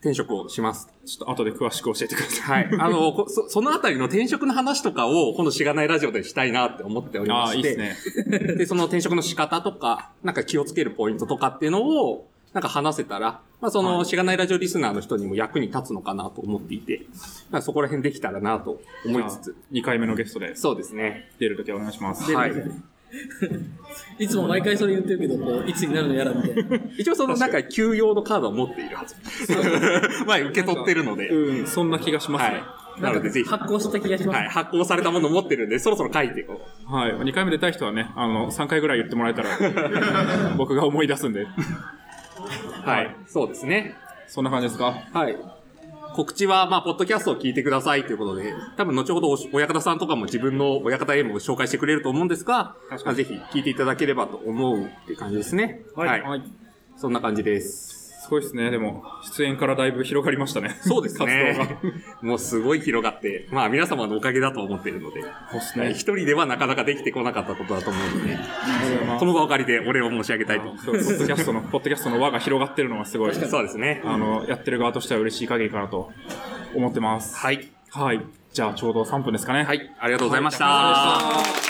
[SPEAKER 9] 転職をします。
[SPEAKER 3] ちょっと後で詳しく教えてください。
[SPEAKER 9] はい。あの、こそそのあたりの転職の話とかを、このしがないラジオでしたいなって思っており
[SPEAKER 3] あ
[SPEAKER 9] ま
[SPEAKER 3] あ、い
[SPEAKER 9] し
[SPEAKER 3] い
[SPEAKER 9] て、
[SPEAKER 3] ですね。
[SPEAKER 9] で、その転職の仕方とか、なんか気をつけるポイントとかっていうのを、なんか話せたら、まあその、しがないラジオリスナーの人にも役に立つのかなと思っていて、なんかそこら辺できたらなと思いつつ、
[SPEAKER 3] 2回目のゲストで
[SPEAKER 9] そうですね。
[SPEAKER 3] 出るときはお願いします。
[SPEAKER 9] はい。
[SPEAKER 2] いつも毎回それ言ってるけど、こう、いつになるのやらみたいな。
[SPEAKER 9] 一応そのなんか休養のカードを持っているはず。前受け取ってるので。
[SPEAKER 3] うん、そんな気がしますね。
[SPEAKER 9] はい。なのでぜひ。
[SPEAKER 2] 発行した気がします。
[SPEAKER 9] はい。発行されたものを持ってるんで、そろそろ書いていこう。
[SPEAKER 3] はい。2回目出たい人はね、あの、3回ぐらい言ってもらえ たら、僕が思い出すんで。
[SPEAKER 9] はい。そうですね。
[SPEAKER 3] そんな感じですか
[SPEAKER 9] はい。告知は、まあ、ポッドキャストを聞いてくださいということで、多分後ほどお親方さんとかも自分の親方 M を紹介してくれると思うんですが、まあぜひ聞いていただければと思うって感じですね。はい。
[SPEAKER 3] はい。
[SPEAKER 9] そんな感じです。
[SPEAKER 3] すごいですね。でも、出演からだいぶ広がりましたね。
[SPEAKER 9] そうですね
[SPEAKER 3] 活動が。。
[SPEAKER 9] もうすごい広がって、まあ皆様のおかげだと思ってるので、
[SPEAKER 3] そうです
[SPEAKER 9] はい
[SPEAKER 3] ね
[SPEAKER 9] 一。人ではなかなかできてこなかったことだと思うので、 この場を借りてお礼を申し上げたいと。
[SPEAKER 3] そうポッドキャストの、ポッドキャストの輪が広がってるのはすごい、
[SPEAKER 9] そうですね。
[SPEAKER 3] あの、やってる側としては嬉しい限りかなと思ってます。
[SPEAKER 9] はい。
[SPEAKER 3] はい。じゃあ、ちょうど3分ですかね。
[SPEAKER 9] は。い。ありがとうございました。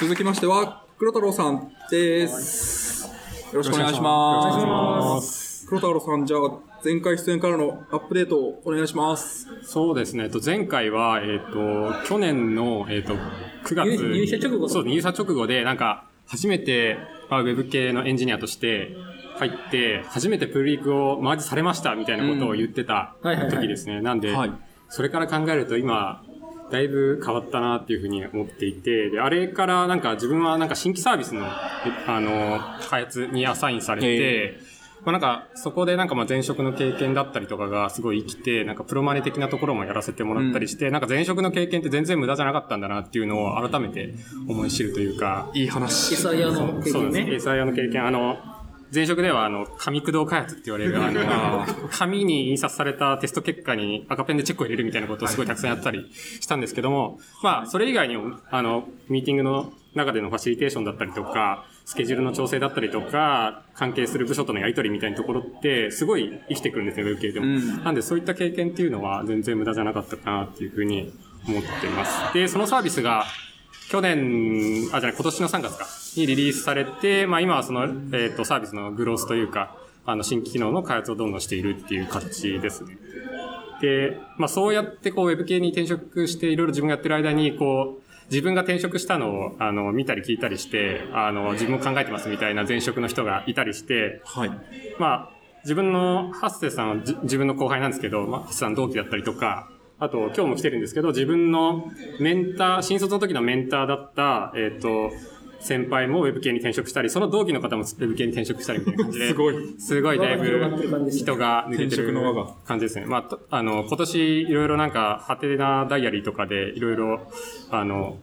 [SPEAKER 3] 続きましては、黒太郎さんです。よろしくお願いします。黒太郎さん、じゃあ、前回出演からのアップデートをお願いします。
[SPEAKER 10] そうですね、えっと、前回は、えっと、去年の、えっと、9月
[SPEAKER 2] 入入社直後
[SPEAKER 10] そう入社直後で、なんか、初めて、まあ、ウェブ系のエンジニアとして入って、初めてプルリクをマージされましたみたいなことを言ってた
[SPEAKER 2] うんはいはいはい
[SPEAKER 10] 時ですね。なんで、
[SPEAKER 3] はい
[SPEAKER 10] それから考えると今、だいぶ変わったなっていうふうに思っていて、で、あれからなんか自分はなんか新規サービスの、えあの、開発にアサインされて、まあなんか、そこでなんかまあ前職の経験だったりとかがすごい生きて、なんかプロマネ的なところもやらせてもらったりして、なんか前職の経験って全然無駄じゃなかったんだなっていうのを改めて思い知るというか、
[SPEAKER 3] いい話。
[SPEAKER 2] エサイヤの経
[SPEAKER 10] そう
[SPEAKER 2] 験
[SPEAKER 10] ですね。
[SPEAKER 2] ね。
[SPEAKER 10] エサイアの経験、あの、前職では、あの、紙駆動開発って言われる、あ の、紙に印刷されたテスト結果に赤ペンでチェックを入れるみたいなことをすごいたくさんやったりしたんですけども、まあ、それ以外にも、あの、ミーティングの中でのファシリテーションだったりとか、スケジュールの調整だったりとか、関係する部署とのやり取りみたいなところって、すごい生きてくるんですね、ウェブ系でも。なんで、そういった経験っていうのは全然無駄じゃなかったかなっていうふうに思ってます。で、そのサービスが、去年、あ、じゃない、今年の3月か、にリリースされて、まあ今はその、えっ、と、サービスのグロースというか、あの、新機能の開発をどんどんしているっていう形ですね。で、まあそうやってこう、ウェブ系に転職して、いろいろ自分がやってる間に、こう、自分が転職したのを、あの、見たり聞いたりして、あの、自分も考えてますみたいな前職の人がいたりして、
[SPEAKER 3] はい。
[SPEAKER 10] まあ、自分の、ハッセさんはじ自分の後輩なんですけど、まあ、ハッセさん同期だったりとか、あと、今日も来てるんですけど、自分のメンター、新卒の時のメンターだった、えっ、と、先輩もウェブ系に転職したり、その同期の方もウェブ系に転職したりみたいな感 じで。すごい。すごいだいぶ人が抜けて
[SPEAKER 3] 転職
[SPEAKER 10] る
[SPEAKER 3] の輪が
[SPEAKER 10] 感じですね。まあと、あの、今年いろいろなんか、ハテナダイアリーとかでいろいろ、あの、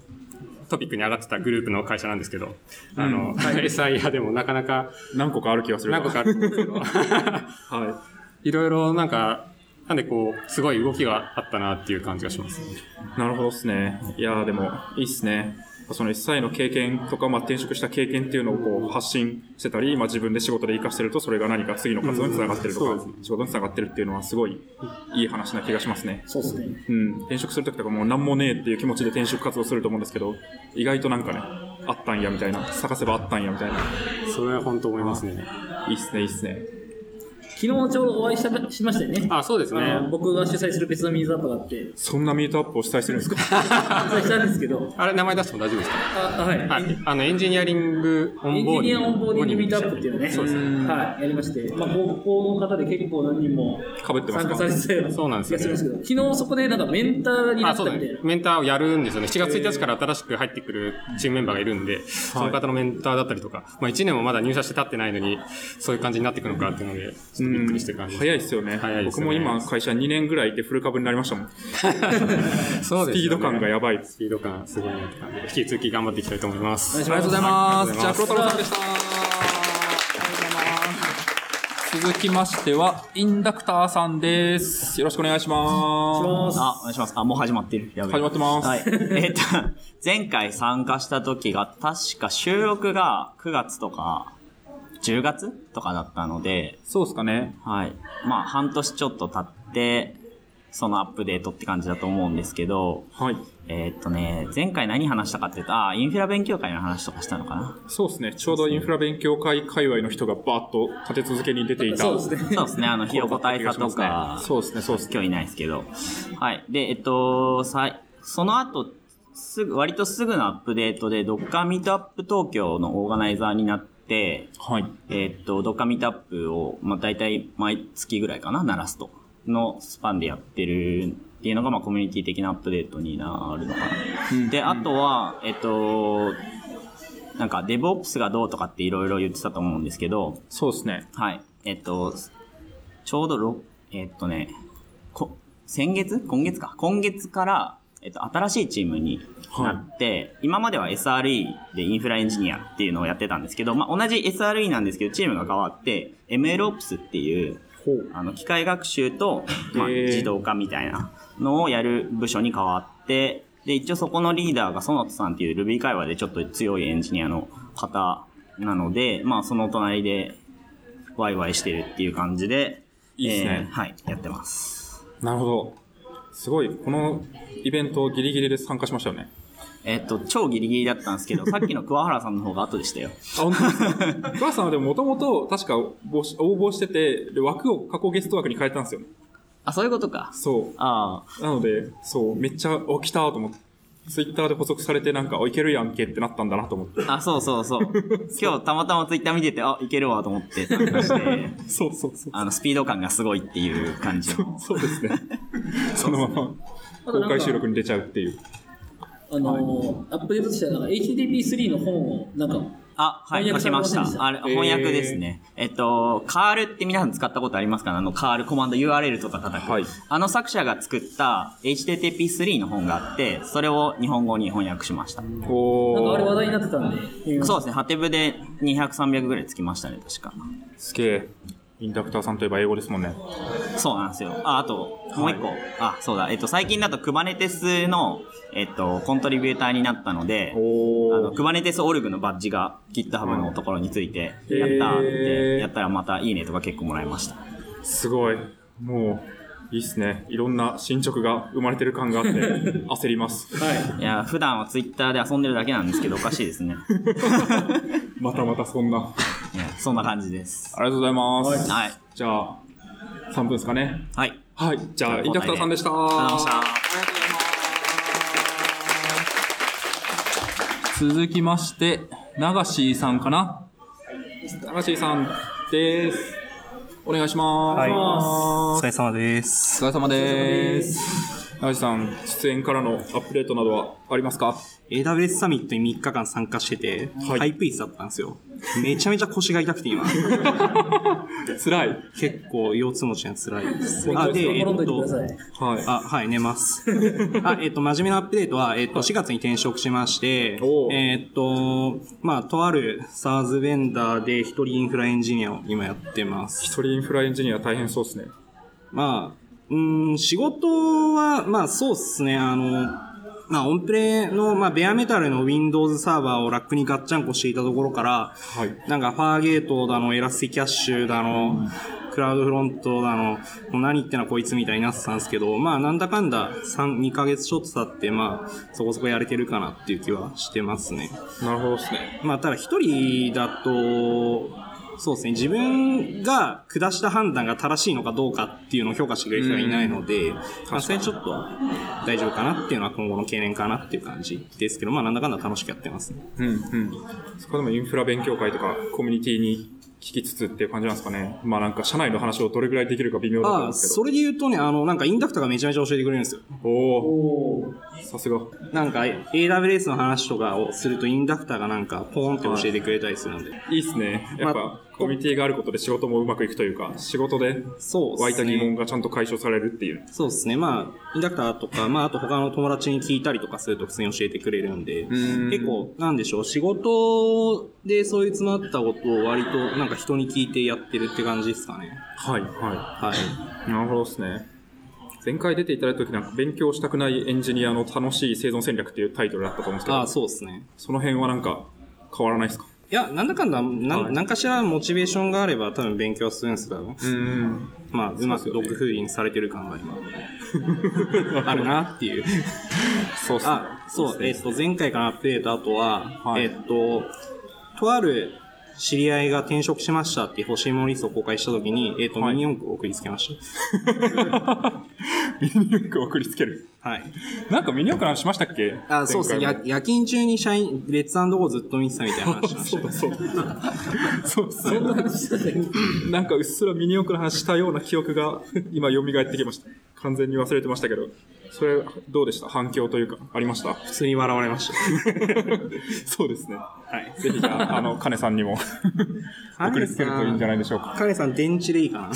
[SPEAKER 10] トピックに上がってたグループの会社なんですけど、あの、SIR でもなかなか
[SPEAKER 3] 何個かある気がする。
[SPEAKER 10] 何個かあると思うんですけど、
[SPEAKER 3] はい
[SPEAKER 10] ろいろなんか、なんでこう、すごい動きがあったなっていう感じがします。
[SPEAKER 3] い。なるほどですね。いやーでも、いいっすね。その一切の経験とか、まあ、転職した経験っていうのをこう発信してたり、今自分で仕事で活かしてると、それが何か次の活動につながってるとか、
[SPEAKER 10] うんそうです
[SPEAKER 3] 仕事につながってるっていうのはすごいいい話な気がしますね。
[SPEAKER 2] そうですね。
[SPEAKER 3] うん、転職するときとかもう何もねえっていう気持ちで転職活動すると思うんですけど、意外となんかね、あったんやみたいな、探せばあったんやみたいな。
[SPEAKER 10] それは本当思いますね。
[SPEAKER 3] いいっすね、いいっすね。
[SPEAKER 2] 昨日ちょうどお会いしたしましたよね。
[SPEAKER 10] あ、そうですね。
[SPEAKER 2] あの僕が主催する別のミニザップがあって、
[SPEAKER 3] そんなミートアップを主催してるんですか
[SPEAKER 2] 主催したんですけど、
[SPEAKER 10] あれ、名前出しても大丈夫ですか
[SPEAKER 2] あ、はい。
[SPEAKER 10] はい。あの、エンジニアリングオ
[SPEAKER 2] エ
[SPEAKER 10] ン
[SPEAKER 2] ン
[SPEAKER 10] ボ
[SPEAKER 2] ジニ
[SPEAKER 10] ーディ
[SPEAKER 2] ア
[SPEAKER 10] ング。
[SPEAKER 2] オンボーディングミートアップっていうのね、
[SPEAKER 10] そうですね。
[SPEAKER 2] はい、やりまして、まあ、高校の方で結構何人も
[SPEAKER 3] かぶってます
[SPEAKER 2] 参加
[SPEAKER 3] か
[SPEAKER 2] されてたような
[SPEAKER 10] そうなんですよね
[SPEAKER 2] 気がするんですけど、昨日そこでなんかメンターにな
[SPEAKER 10] あ、
[SPEAKER 2] った
[SPEAKER 10] そう
[SPEAKER 2] みた
[SPEAKER 10] だ
[SPEAKER 2] いな。
[SPEAKER 10] ね。メンターをやるんですよね。7月1日から新しく入ってくるチームメンバーがいるんで、その方のメンターだったりとか、まあ1年もまだ入社して経ってないのに、そういう感じになってくるのかっていうので、ちょっとびっくりしてる感じ
[SPEAKER 3] 早いっすよね。
[SPEAKER 10] 早いで
[SPEAKER 3] 僕
[SPEAKER 10] すよ
[SPEAKER 3] も
[SPEAKER 10] ね
[SPEAKER 3] 今、会社2年ぐらいいてフル株になりましたもん。ス
[SPEAKER 10] そうです
[SPEAKER 3] ピ
[SPEAKER 10] よ
[SPEAKER 3] ード
[SPEAKER 10] ね
[SPEAKER 3] 感がやばい。あり
[SPEAKER 10] スピード感すごいなって感じで、引き続き頑張っていきたいと思います。
[SPEAKER 3] がとうございます。
[SPEAKER 10] はい
[SPEAKER 3] じゃあ、黒太郎さんでした。ありがとうございます続きましては、インダクターさんです。よろしくお願いしま
[SPEAKER 11] あ、お願いします。あ、もう始まってる。やべえ
[SPEAKER 3] 始まってます
[SPEAKER 11] はい。えっと、 前回参加した時が、確か収録が9月とか、10月とかだったので、
[SPEAKER 3] す。そうですかね。
[SPEAKER 11] はい。まあ、半年ちょっと経って、そのアップデートって感じだと思うんですけど、
[SPEAKER 3] はい。
[SPEAKER 11] えっとね、前回何話したかっていうと、あ、インフラ勉強会の話とかしたのかな。
[SPEAKER 3] そうですね。ちょうどインフラ勉強会界隈の人がバーッと立て続けに出ていた。
[SPEAKER 2] そうですね。
[SPEAKER 11] そうですね、あの、ひよこ大佐とか、
[SPEAKER 3] そうですね、そうですね。
[SPEAKER 11] 今日いないですけど。はい。で、えっと、さいその後、すぐ、割とすぐのアップデートで、ドッカーミートアップ東京のオーガナイザーになって、
[SPEAKER 3] はい。
[SPEAKER 11] えーっと、ドッカーミートアップを、まあ、大体毎月ぐらいかな、鳴らすと。のスパンでやってるっていうのが、まあ、コミュニティ的なアップデートになるのかな。で、あとは、えーっと、なんか、デブオプスがどうとかっていろいろ言ってたと思うんですけど、
[SPEAKER 3] そうですね。
[SPEAKER 11] はい。えっと、ちょうどろ、えっとね、こ、先月今月か。今月から、えっと、新しいチームになって、今までは SRE でインフラエンジニアっていうのをやってたんですけど、まあ、同じ SRE なんですけど、チームが変わって、MLOps っていう、あの、機械学習と、まあ、
[SPEAKER 3] へー
[SPEAKER 11] 自動化みたいなのをやる部署に変わって、で、一応そこのリーダーが園田さんっていう Ruby 会話でちょっと強いエンジニアの方なので、まあ、その隣でワイワイしてるっていう感じで、
[SPEAKER 3] いいっすね
[SPEAKER 11] えーはい、やってます。
[SPEAKER 3] なるほど。すごい、このイベントギリギリで参加しましたよね。
[SPEAKER 11] えっと、超ギリギリだったんです けど、さっきの桑原さんの方が後でしたよ。
[SPEAKER 3] あ、本当ですか 桑さんはでももともと確か応募し応募してて、で枠を過去ゲスト枠に変えたんですよね。
[SPEAKER 11] あ、そういうことか。
[SPEAKER 3] そう。
[SPEAKER 11] あ
[SPEAKER 3] なので、そう、めっちゃ、お、来たと思って、ツイッターで補足されてなんか、お、いけるやんけってなったんだなと思って。
[SPEAKER 11] あ、あ、そうそうそう。 今日たまたまツイッター見てて、あ、いけるわと思って参加して、
[SPEAKER 3] そうそうそう。
[SPEAKER 11] あの、スピード感がすごいっていう感じの。
[SPEAKER 3] そうです ね。そのまま、公開収録に出ちゃうっていう。
[SPEAKER 2] あのーアップデートとしてはなんか HTTP3 の本をなんか
[SPEAKER 11] あ、はい、
[SPEAKER 2] 翻
[SPEAKER 11] 出
[SPEAKER 2] 訳
[SPEAKER 11] し
[SPEAKER 2] され
[SPEAKER 11] ま
[SPEAKER 2] ません
[SPEAKER 11] した
[SPEAKER 2] でした。
[SPEAKER 11] あれ、翻訳ですね。えっと、カールって皆さん使ったことありますかねあの、カールコマンド URL とか叩く。
[SPEAKER 3] はい
[SPEAKER 11] あの作者が作った HTTP3 の本があって、それを日本語に翻訳しました。
[SPEAKER 2] なんか
[SPEAKER 3] お
[SPEAKER 2] あれ話
[SPEAKER 3] ー、
[SPEAKER 2] 題になってたんで見ました
[SPEAKER 11] そうですね、ハテブで200、300ぐらいつきましたね、確か。
[SPEAKER 3] すげえ。インダクターさんといえば英語ですもんね。
[SPEAKER 11] そうなんですよ。あ、あと、もう一個。あ、そうだ。えっと、最近だと Kubernetes の、えっと、コントリビューターになったので、あの、
[SPEAKER 3] おー。
[SPEAKER 11] Kubernetes オルグのバッジが GitHub のところについて、やったーって、やったらまたいいねとか結構もらいました。
[SPEAKER 3] すごい。もう、いいっすね。いろんな進捗が生まれてる感 があって、焦ります。
[SPEAKER 11] いや、普段はツイッターで遊んでるだけなんですけど、おかしいで すね。
[SPEAKER 3] またまたそんな。
[SPEAKER 11] いやそんな感じです。
[SPEAKER 3] ありがとうございます。
[SPEAKER 11] はい。
[SPEAKER 3] じゃあ、3分ですかね。
[SPEAKER 11] はい。
[SPEAKER 3] はい。じゃあ、インダクターさんでした。
[SPEAKER 11] ありがとうございました。
[SPEAKER 3] 続きまして、流しさんかな流しさんです。お願いします。
[SPEAKER 12] はい。お疲れ様です。
[SPEAKER 3] お疲れ様です。流しさん、出演からのアップデートなどはありますか
[SPEAKER 12] AWS サミットに3日間参加してて、
[SPEAKER 3] はい
[SPEAKER 12] ハイペースだったんですよ。めちゃめちゃ腰が痛くて今。
[SPEAKER 3] 辛い。
[SPEAKER 12] 結構腰痛持ちが辛いです。
[SPEAKER 2] 勉強して心んどいてください
[SPEAKER 3] はい。
[SPEAKER 12] あ、はい、寝ます。あ、えっ、と、真面目なアップデートは、えっ、と、4月に転職しまして、
[SPEAKER 3] おう
[SPEAKER 12] えっ、と、まあ、とある SARS ベンダーで一人インフラエンジニアを今やってます。
[SPEAKER 3] 一人インフラエンジニア大変そうですね。
[SPEAKER 12] まあ、うーん、仕事は、まあ、そうっすね、あの、まあ、オンプレの、まあ、ベアメタルの Windows サーバーをラックにガッチャンコしていたところから、
[SPEAKER 3] はい。
[SPEAKER 12] なんか、ファーゲートだの、エラスティキャッシュだの、クラウドフロントだの、もう何言ってなこいつみたいになってたんですけど、まあ、なんだかんだ3、2ヶ月ちょっと経って、まあ、そこそこやれてるかなっていう気はしてますね。
[SPEAKER 3] なるほどですね。
[SPEAKER 12] まあ、ただ一人だと、そうですね、自分が下した判断が正しいのかどうかっていうのを評価してくれる人がいないので、まあ、それちょっと大丈夫かなっていうのは今後の懸念かなっていう感じですけど、まあ、なんだかんだ楽しくやってますね。
[SPEAKER 3] うんうん。そこでもインフラ勉強会とか、コミュニティに聞きつつっていう感じなんですかね。まあなんか、社内の話をどれぐらいできるか微妙だったん
[SPEAKER 12] ああ、
[SPEAKER 3] ですけ
[SPEAKER 12] そ
[SPEAKER 3] ど。
[SPEAKER 12] れで言うとね、あの、なんかインダクターがめちゃめちゃ教えてくれるんですよ。
[SPEAKER 3] おお
[SPEAKER 2] おー
[SPEAKER 3] さすが。
[SPEAKER 12] なんか AWS の話とかをするとインダクターがなんかポーンって教えてくれたりするんで。
[SPEAKER 3] いいっすね。やっぱ
[SPEAKER 12] ま、
[SPEAKER 3] コミュニティがあることで仕事もうまくいくというか、仕事で
[SPEAKER 12] そう
[SPEAKER 3] 湧い
[SPEAKER 12] です
[SPEAKER 3] た疑問
[SPEAKER 12] ね。
[SPEAKER 3] がちゃんと解消されるっていう。
[SPEAKER 12] そうですね。まあ、インダクターとか、まあ、あと他の友達に聞いたりとかすると普通に教えてくれるんで、
[SPEAKER 3] ん
[SPEAKER 12] 結構、なんでしょう、仕事でそういう詰まったことを割となんか人に聞いてやってるって感じですかね。
[SPEAKER 3] はい、は
[SPEAKER 12] はい。
[SPEAKER 3] い。なるほどですね。前回出ていただいた時なんか、勉強したくないエンジニアの楽しい生存戦略っていうタイトルだったと思うんですけ
[SPEAKER 12] ああ、
[SPEAKER 3] ど、
[SPEAKER 12] そうですね。
[SPEAKER 3] その辺はなんか変わらないですか
[SPEAKER 12] いや、なんだかんだ、なん,、
[SPEAKER 3] はい
[SPEAKER 12] なんかしらモチベーションがあれば多分勉強はするんですけど、
[SPEAKER 3] うん。
[SPEAKER 12] まあ、うまくドッグフーディングされてる感が 今、あるなっていう。
[SPEAKER 3] そうっすね。
[SPEAKER 12] あ、そう、えっと、前回からアップデート、あとは、
[SPEAKER 3] はい
[SPEAKER 12] えっと、とある知り合いが転職しましたっていう欲しいものリストを公開したときに、えっと、
[SPEAKER 3] はい
[SPEAKER 12] ミニ四駆を送りつけまし
[SPEAKER 3] ミニ四駆を送りつける。
[SPEAKER 12] はい。
[SPEAKER 3] なんかミニ四駆の話しましたっけ
[SPEAKER 12] あ、そうですね。
[SPEAKER 3] 前回
[SPEAKER 12] や
[SPEAKER 3] も
[SPEAKER 12] 夜勤中に社員、レッツゴーずっと見てたみたいな話しました、ね。
[SPEAKER 3] そうだそうだ。そう、そんな話だね。 なんかうっすらミニ四駆の話したような記憶が 今蘇ってきました。完全に忘れてましたけど。それ、どうでした反響というか、ありました普
[SPEAKER 12] 通に笑われました。
[SPEAKER 3] そうですね。
[SPEAKER 12] はい。
[SPEAKER 3] ぜひじゃ あ、あの、カネさんにも送りつけるといいんじゃないでしょうか。
[SPEAKER 12] 彼さん、電池でいいか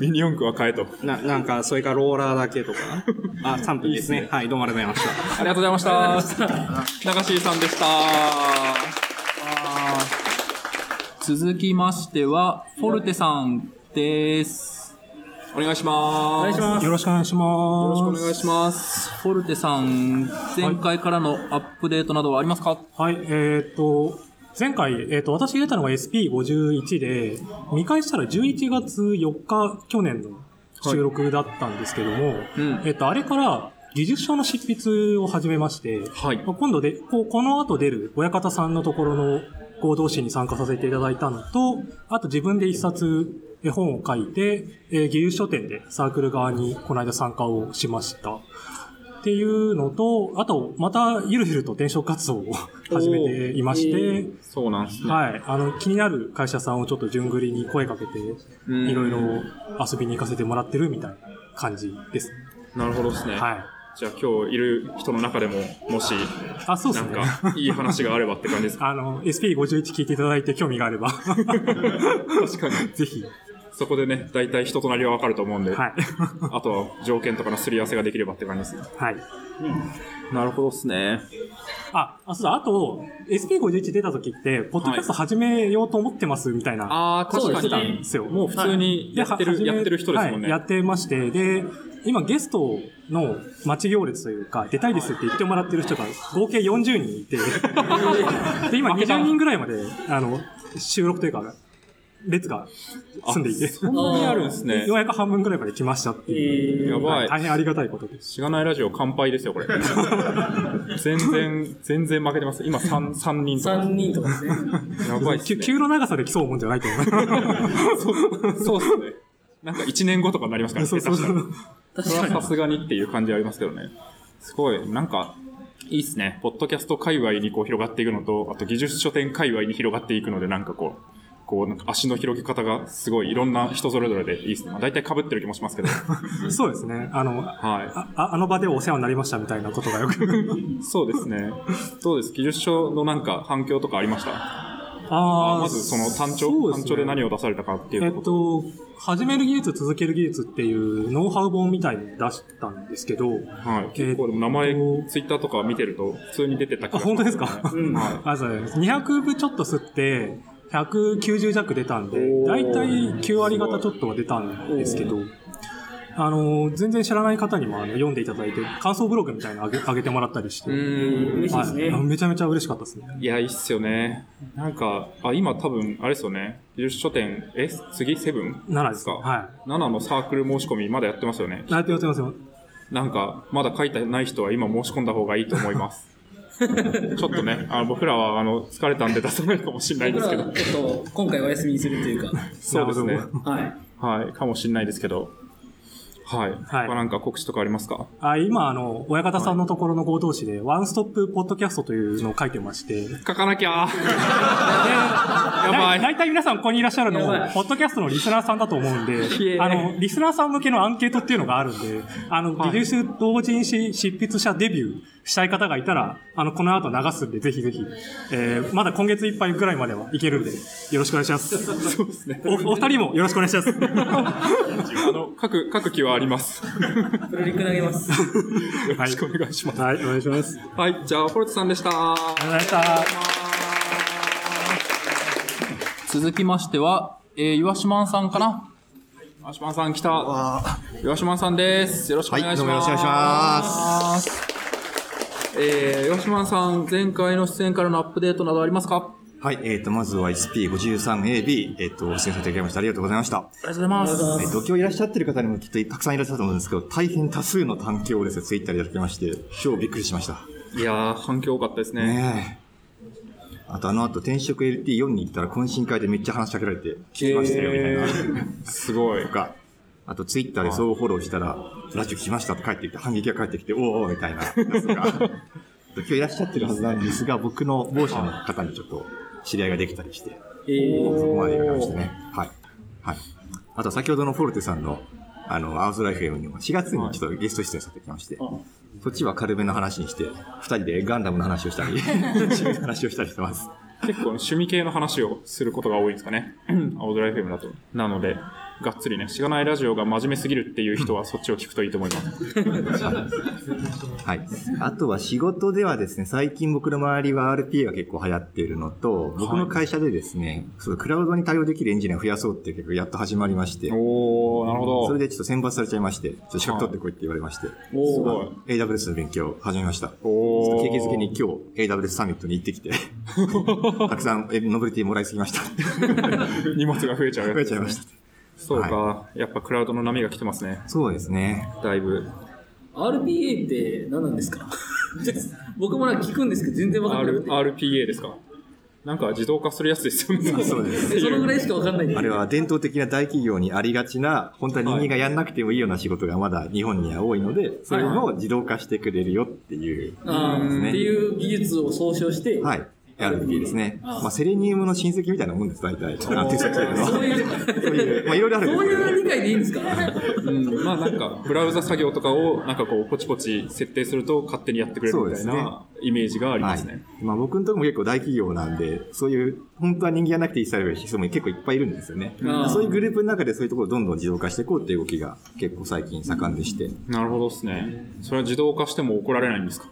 [SPEAKER 3] ミニ四駆は買えと。
[SPEAKER 12] なななんか、それかローラーだけとか。あ、3分ですね。はい、どうもありがとうございました。
[SPEAKER 3] ありがとうございま した。中椎さんでした。続きましては、フォルテさんです。お願いします。
[SPEAKER 12] よろしくお願いし
[SPEAKER 3] よ
[SPEAKER 12] ま
[SPEAKER 3] ろ
[SPEAKER 12] す。
[SPEAKER 3] しくお願いします。フォルテさん、前回からのアップデートなどはありますか
[SPEAKER 13] はい、えーっと、前回、えーっと、私入れたのが SP51 で、見返したら11月4日、去年の収録だったんですけども、えーっと、あれから、技術書の執筆を始めまして、まあ今度で、こうこの後出る親方さんのところの合同誌に参加させていただいたのと、あと自分で一冊絵本を書いて、えー、技術書店でサークル側にこの間参加をしました。っていうのと、あと、また、ゆるゆると転職活動を始めていまして、
[SPEAKER 3] そうなんですね。
[SPEAKER 13] はい。あの、気になる会社さんをちょっと順繰りに声かけて、
[SPEAKER 3] ん
[SPEAKER 13] いろいろ遊びに行かせてもらってるみたいな感じです。
[SPEAKER 3] なるほどですね。じゃあ今日いる人の中でも、もし、
[SPEAKER 13] あ、そうですね。
[SPEAKER 3] なんか、いい話があればって感じです
[SPEAKER 13] あの、SP51 聞いていただいて興味があれば。
[SPEAKER 3] 確かに。
[SPEAKER 13] ぜひ。
[SPEAKER 3] そこでね、大体人となりはわかると思うんで、
[SPEAKER 13] はい
[SPEAKER 3] あとは条件とかのすり合わせができればって感じですね。
[SPEAKER 13] はい。
[SPEAKER 3] なるほどですね。
[SPEAKER 13] あ、あ、そうだ、あと、SP51 出た時って、ポッドキャスト始めようと思ってますみたいな。
[SPEAKER 3] あー確かに
[SPEAKER 13] たんですよ。
[SPEAKER 3] もう普通に
[SPEAKER 13] はい
[SPEAKER 3] やってる
[SPEAKER 13] では始め
[SPEAKER 3] やってる人ですもんね
[SPEAKER 13] はいやってまして、で、今ゲストの待ち行列というか、出たいですって言ってもらってる人が合計40人 いて、で、今20人ぐらいまで、あの、収録というか、列が済んでいて。そ
[SPEAKER 3] んなにあるんですね
[SPEAKER 13] ようやく半分ぐらいまで来ましたっていう。
[SPEAKER 3] やばい
[SPEAKER 13] は大変ありがたいことです。
[SPEAKER 3] しがないラジオ乾杯ですよ、これ。全然、全然負けてます。今3、三人とか。
[SPEAKER 2] 3人とかですね。
[SPEAKER 3] やばいっす
[SPEAKER 13] 急急の長さで競うもんじゃないと思います。
[SPEAKER 3] そうっすね。なんか1年後とかになりますからね、
[SPEAKER 13] そうそうそう
[SPEAKER 3] 下手したらそれはさすがにっていう感じありますけどね。すごい、なんか、いいっすね。ポッドキャスト界隈にこう広がっていくのと、あと技術書店界隈に広がっていくので、なんかこう、こう、なんか足の広げ方がすごいいろんな人それぞれでいいっすね。まあ大体被ってる気も しますけど。
[SPEAKER 13] そうですね。あの、
[SPEAKER 3] はい。
[SPEAKER 13] ああの場でお世話になりましたみたいなことがよく。
[SPEAKER 3] そうですね。どうです技術書のなんか反響とかありました
[SPEAKER 13] あー
[SPEAKER 3] まずその単
[SPEAKER 13] そ
[SPEAKER 3] 調、
[SPEAKER 13] うです
[SPEAKER 3] 単
[SPEAKER 13] ね
[SPEAKER 3] 調で何を出されたかってい
[SPEAKER 13] え
[SPEAKER 3] う
[SPEAKER 13] っ
[SPEAKER 3] こと。
[SPEAKER 13] と、始める技術、続ける技術っていうノウハウ本みたいに出したんですけど、
[SPEAKER 3] はい。結構でも名前、ツイッターとか見てると普通に出てた気がします、ね。本当ですか
[SPEAKER 13] うん、 あそうです200部ちょっと吸って、190弱出たんで、だいたい9割方ちょっとは出たんですけど、あの、全然知らない方にもあの読んでいただいて、感想ブログみたいなのあげ上げてもらったりして、
[SPEAKER 3] 嬉しいですね
[SPEAKER 13] はいめちゃめちゃ嬉しかったですね。
[SPEAKER 3] いや、いいっすよね。なんか、あ、今多分、あれですよね。技術書店、え、次セブン
[SPEAKER 13] 7です
[SPEAKER 3] か。
[SPEAKER 13] は
[SPEAKER 3] 7のサークル申し込み、まだやってますよね。
[SPEAKER 13] ありがとうございます。
[SPEAKER 3] なんか、まだ書いてない人は今申し込んだ方がいいと思い ます。ちょっとね、あの僕らはあの疲れたんで出さないかもしれないですけど。
[SPEAKER 2] 僕らはちょっと、今回お休みにするというか。
[SPEAKER 3] そうですね
[SPEAKER 2] なるほどはい。。
[SPEAKER 3] はい、かもしれないですけど。はい。他なんか告知とかありますか
[SPEAKER 13] あ今、あの、親方さんのところの合同誌で、ワンストップポッドキャストというのを書いてまして、
[SPEAKER 3] 書かなき ゃ
[SPEAKER 13] やばい。大体皆さんここにいらっしゃるの、ポッドキャストのリスナーさんだと思うんで、あの、リスナーさん向けのアンケートっていうのがあるんで、あの、技術同人誌執筆者デビューしたい方がいたら、あの、この後流すんで、ぜひぜひ、えーまだ今月いっぱいぐらいまではいけるんで、よろしくお願いします。そう
[SPEAKER 3] ですね。
[SPEAKER 13] お、お二人もよろしくお願いします。
[SPEAKER 3] あの、書く、書く気はあります。
[SPEAKER 2] プロリック投げます。
[SPEAKER 3] よろしくお願いします。
[SPEAKER 13] はい、お願いします。
[SPEAKER 3] はい、じゃあ、フォルトさんでした。あり
[SPEAKER 13] がとうございました。
[SPEAKER 3] 続きましては、えー、岩島さんかな岩島さん来た。岩島さんです。よろしくお願いします。。
[SPEAKER 14] はいどうもよろしくお願いします
[SPEAKER 3] えー、岩島さん、前回の出演からのアップデートなどありますかあり
[SPEAKER 14] はい、えっ、と、まずは SP53AB、えっ、と、出演させていただきましてありがとうございました。
[SPEAKER 3] がとうございます。
[SPEAKER 14] えっと、今日いらっしゃってる方にもきっとたくさんいらっしゃると思うんですけど、大変多数の反響をですね、ツイッターでいただきまして、超びっくりしました。
[SPEAKER 3] いやー、反響多かったですね。
[SPEAKER 14] ねえ。あと、あの後、転職 LT4 に行ったら、懇親会でめっちゃ話しかけられて、聞きましたよ、みたいな。
[SPEAKER 3] すごい。
[SPEAKER 14] とか、あとツイッターでそうフォローしたら、ラジオ聞きましたって帰ってきて、反撃が返ってきて、おーおーみたいなやつが、 今日いらっしゃってるはずなんですが、僕の某社の方にちょっと知り合いができたりして、そこまでやりましたね。はい。はい。あと先ほどのフォルテさんの、あの、アウスライフ M にも4月にちょっとゲスト出演させてきまして、そっちは軽めの話にして、二人でガンダムの話をしたり、 趣味の話をしたりしてます。
[SPEAKER 3] 結構趣味系の話をすることが多いんですかね。 青空 FM だと。なので、がっつりね、しがないラジオが真面目すぎるっていう人はそっちを聞くといいと思い ます。
[SPEAKER 14] はい。あとは仕事ではですね、最近僕の周りは RPA が結構流行っているのと、僕の会社でですね、そうクラウドに対応できるエンジニアを増やそうっていう結構やっと始まりまして。
[SPEAKER 3] おなるほど
[SPEAKER 14] それでちょっと選抜されちゃいまして、ちょっと資格取ってこいって言われまして。
[SPEAKER 3] おー
[SPEAKER 14] そう AWS の勉強を始めました。
[SPEAKER 3] お
[SPEAKER 14] ちょっと景気づけに今日 AWS サミットに行って きて、たくさんえノベルティもらいすぎました。
[SPEAKER 3] 荷物が増えちゃうやつ、
[SPEAKER 14] 増えちゃいました。
[SPEAKER 3] そうか、やっぱクラウドの波が来てますね。
[SPEAKER 14] そうですね。
[SPEAKER 3] だいぶ。
[SPEAKER 2] RPA って何なんですか僕もなんか聞くんですけど、全然わかんない。
[SPEAKER 3] R、RPA ですかなんか自動化するやつですよね。
[SPEAKER 14] そうです。
[SPEAKER 2] そのぐらいしかわかんないんで
[SPEAKER 14] あれは伝統的な大企業にありがちな、本当は人間がやんなくてもいいような仕事がまだ日本には多いので、それを自動化してくれるよっていう。
[SPEAKER 2] あーって
[SPEAKER 14] う。
[SPEAKER 2] いう技術を総称して、
[SPEAKER 14] はい。RPA ですね。まあ、セレニウムの親戚みたいなもんです、大体。なんていうの
[SPEAKER 2] そういう、
[SPEAKER 14] そういう、まあ、いろいろあるんですけど。
[SPEAKER 2] 理解でいいんですか
[SPEAKER 3] うん、まあなんか、ブラウザ作業とかを、なんかこう、ポチポチ設定すると勝手にやってくれるみたいなイメージがありますね。
[SPEAKER 14] まあ、僕のとこも結構大企業なんで、そういう、本当は人間やなくていいサービスも結構いっぱいいるんですよね
[SPEAKER 3] あー。
[SPEAKER 14] そういうグループの中でそういうところをどんどん自動化していこうっていう動きが結構最近盛んでして。い
[SPEAKER 3] なるほどですね。それは自動化しても怒られないんですか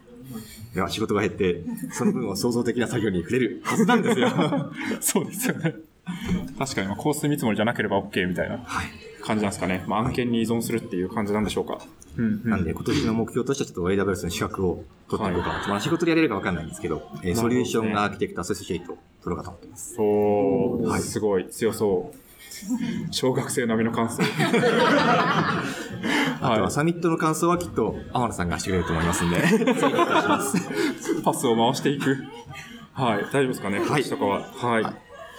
[SPEAKER 14] や、仕事が減って、その分を創造的な作業に触れるはずな んですよ。
[SPEAKER 3] そうですよね。確かに、まあ、コース見積もりじゃなければ OK みたいな感じなんですかね。まあ、案件に依存するっていう感じなんでしょうか。
[SPEAKER 14] なんで、今年の目標としてはちょっと AWS の資格を取っていこうかなと。まあ、仕事でやれるかわかんないんですけど、えー
[SPEAKER 3] なるほどね
[SPEAKER 14] ソリューションアーキテクトアソシエイトを取ろうかと思ってます。
[SPEAKER 3] おー、すごい、強そう。小学生並みの感 想。
[SPEAKER 14] あとはサミットの感想はきっと、天野さんがしてくれると思います んで。
[SPEAKER 3] パスを回していく。はい、大丈夫ですかね、告知とかは。はい。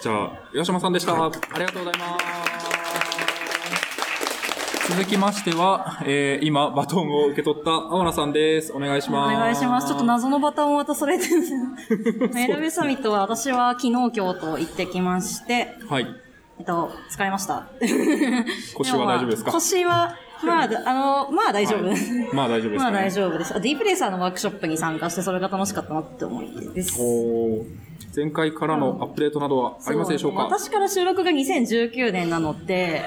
[SPEAKER 3] じゃあ、吉島さんでした。ありがとうございます。続きましては、えー今、バトンを受け取った青菜さんです。お願いし
[SPEAKER 15] お
[SPEAKER 3] ます。
[SPEAKER 15] 願いします。ちょっと謎のバトンを渡されて るんです。メルベサミットは私は昨日今日と行ってきまして、
[SPEAKER 3] はい。
[SPEAKER 15] えっと、疲れました。
[SPEAKER 3] 腰は大丈夫です か
[SPEAKER 15] 腰は、まあ、あの、まあ大丈夫。
[SPEAKER 3] まあ大丈夫です
[SPEAKER 15] ま
[SPEAKER 3] か、
[SPEAKER 15] あ
[SPEAKER 3] ね。
[SPEAKER 15] 大丈夫です。あディープレイサーのワークショップに参加して、それが楽しかったなって思いです。
[SPEAKER 3] おー前回からのアップデートなどはありますでしょうか
[SPEAKER 15] 私から収録が2019年なので、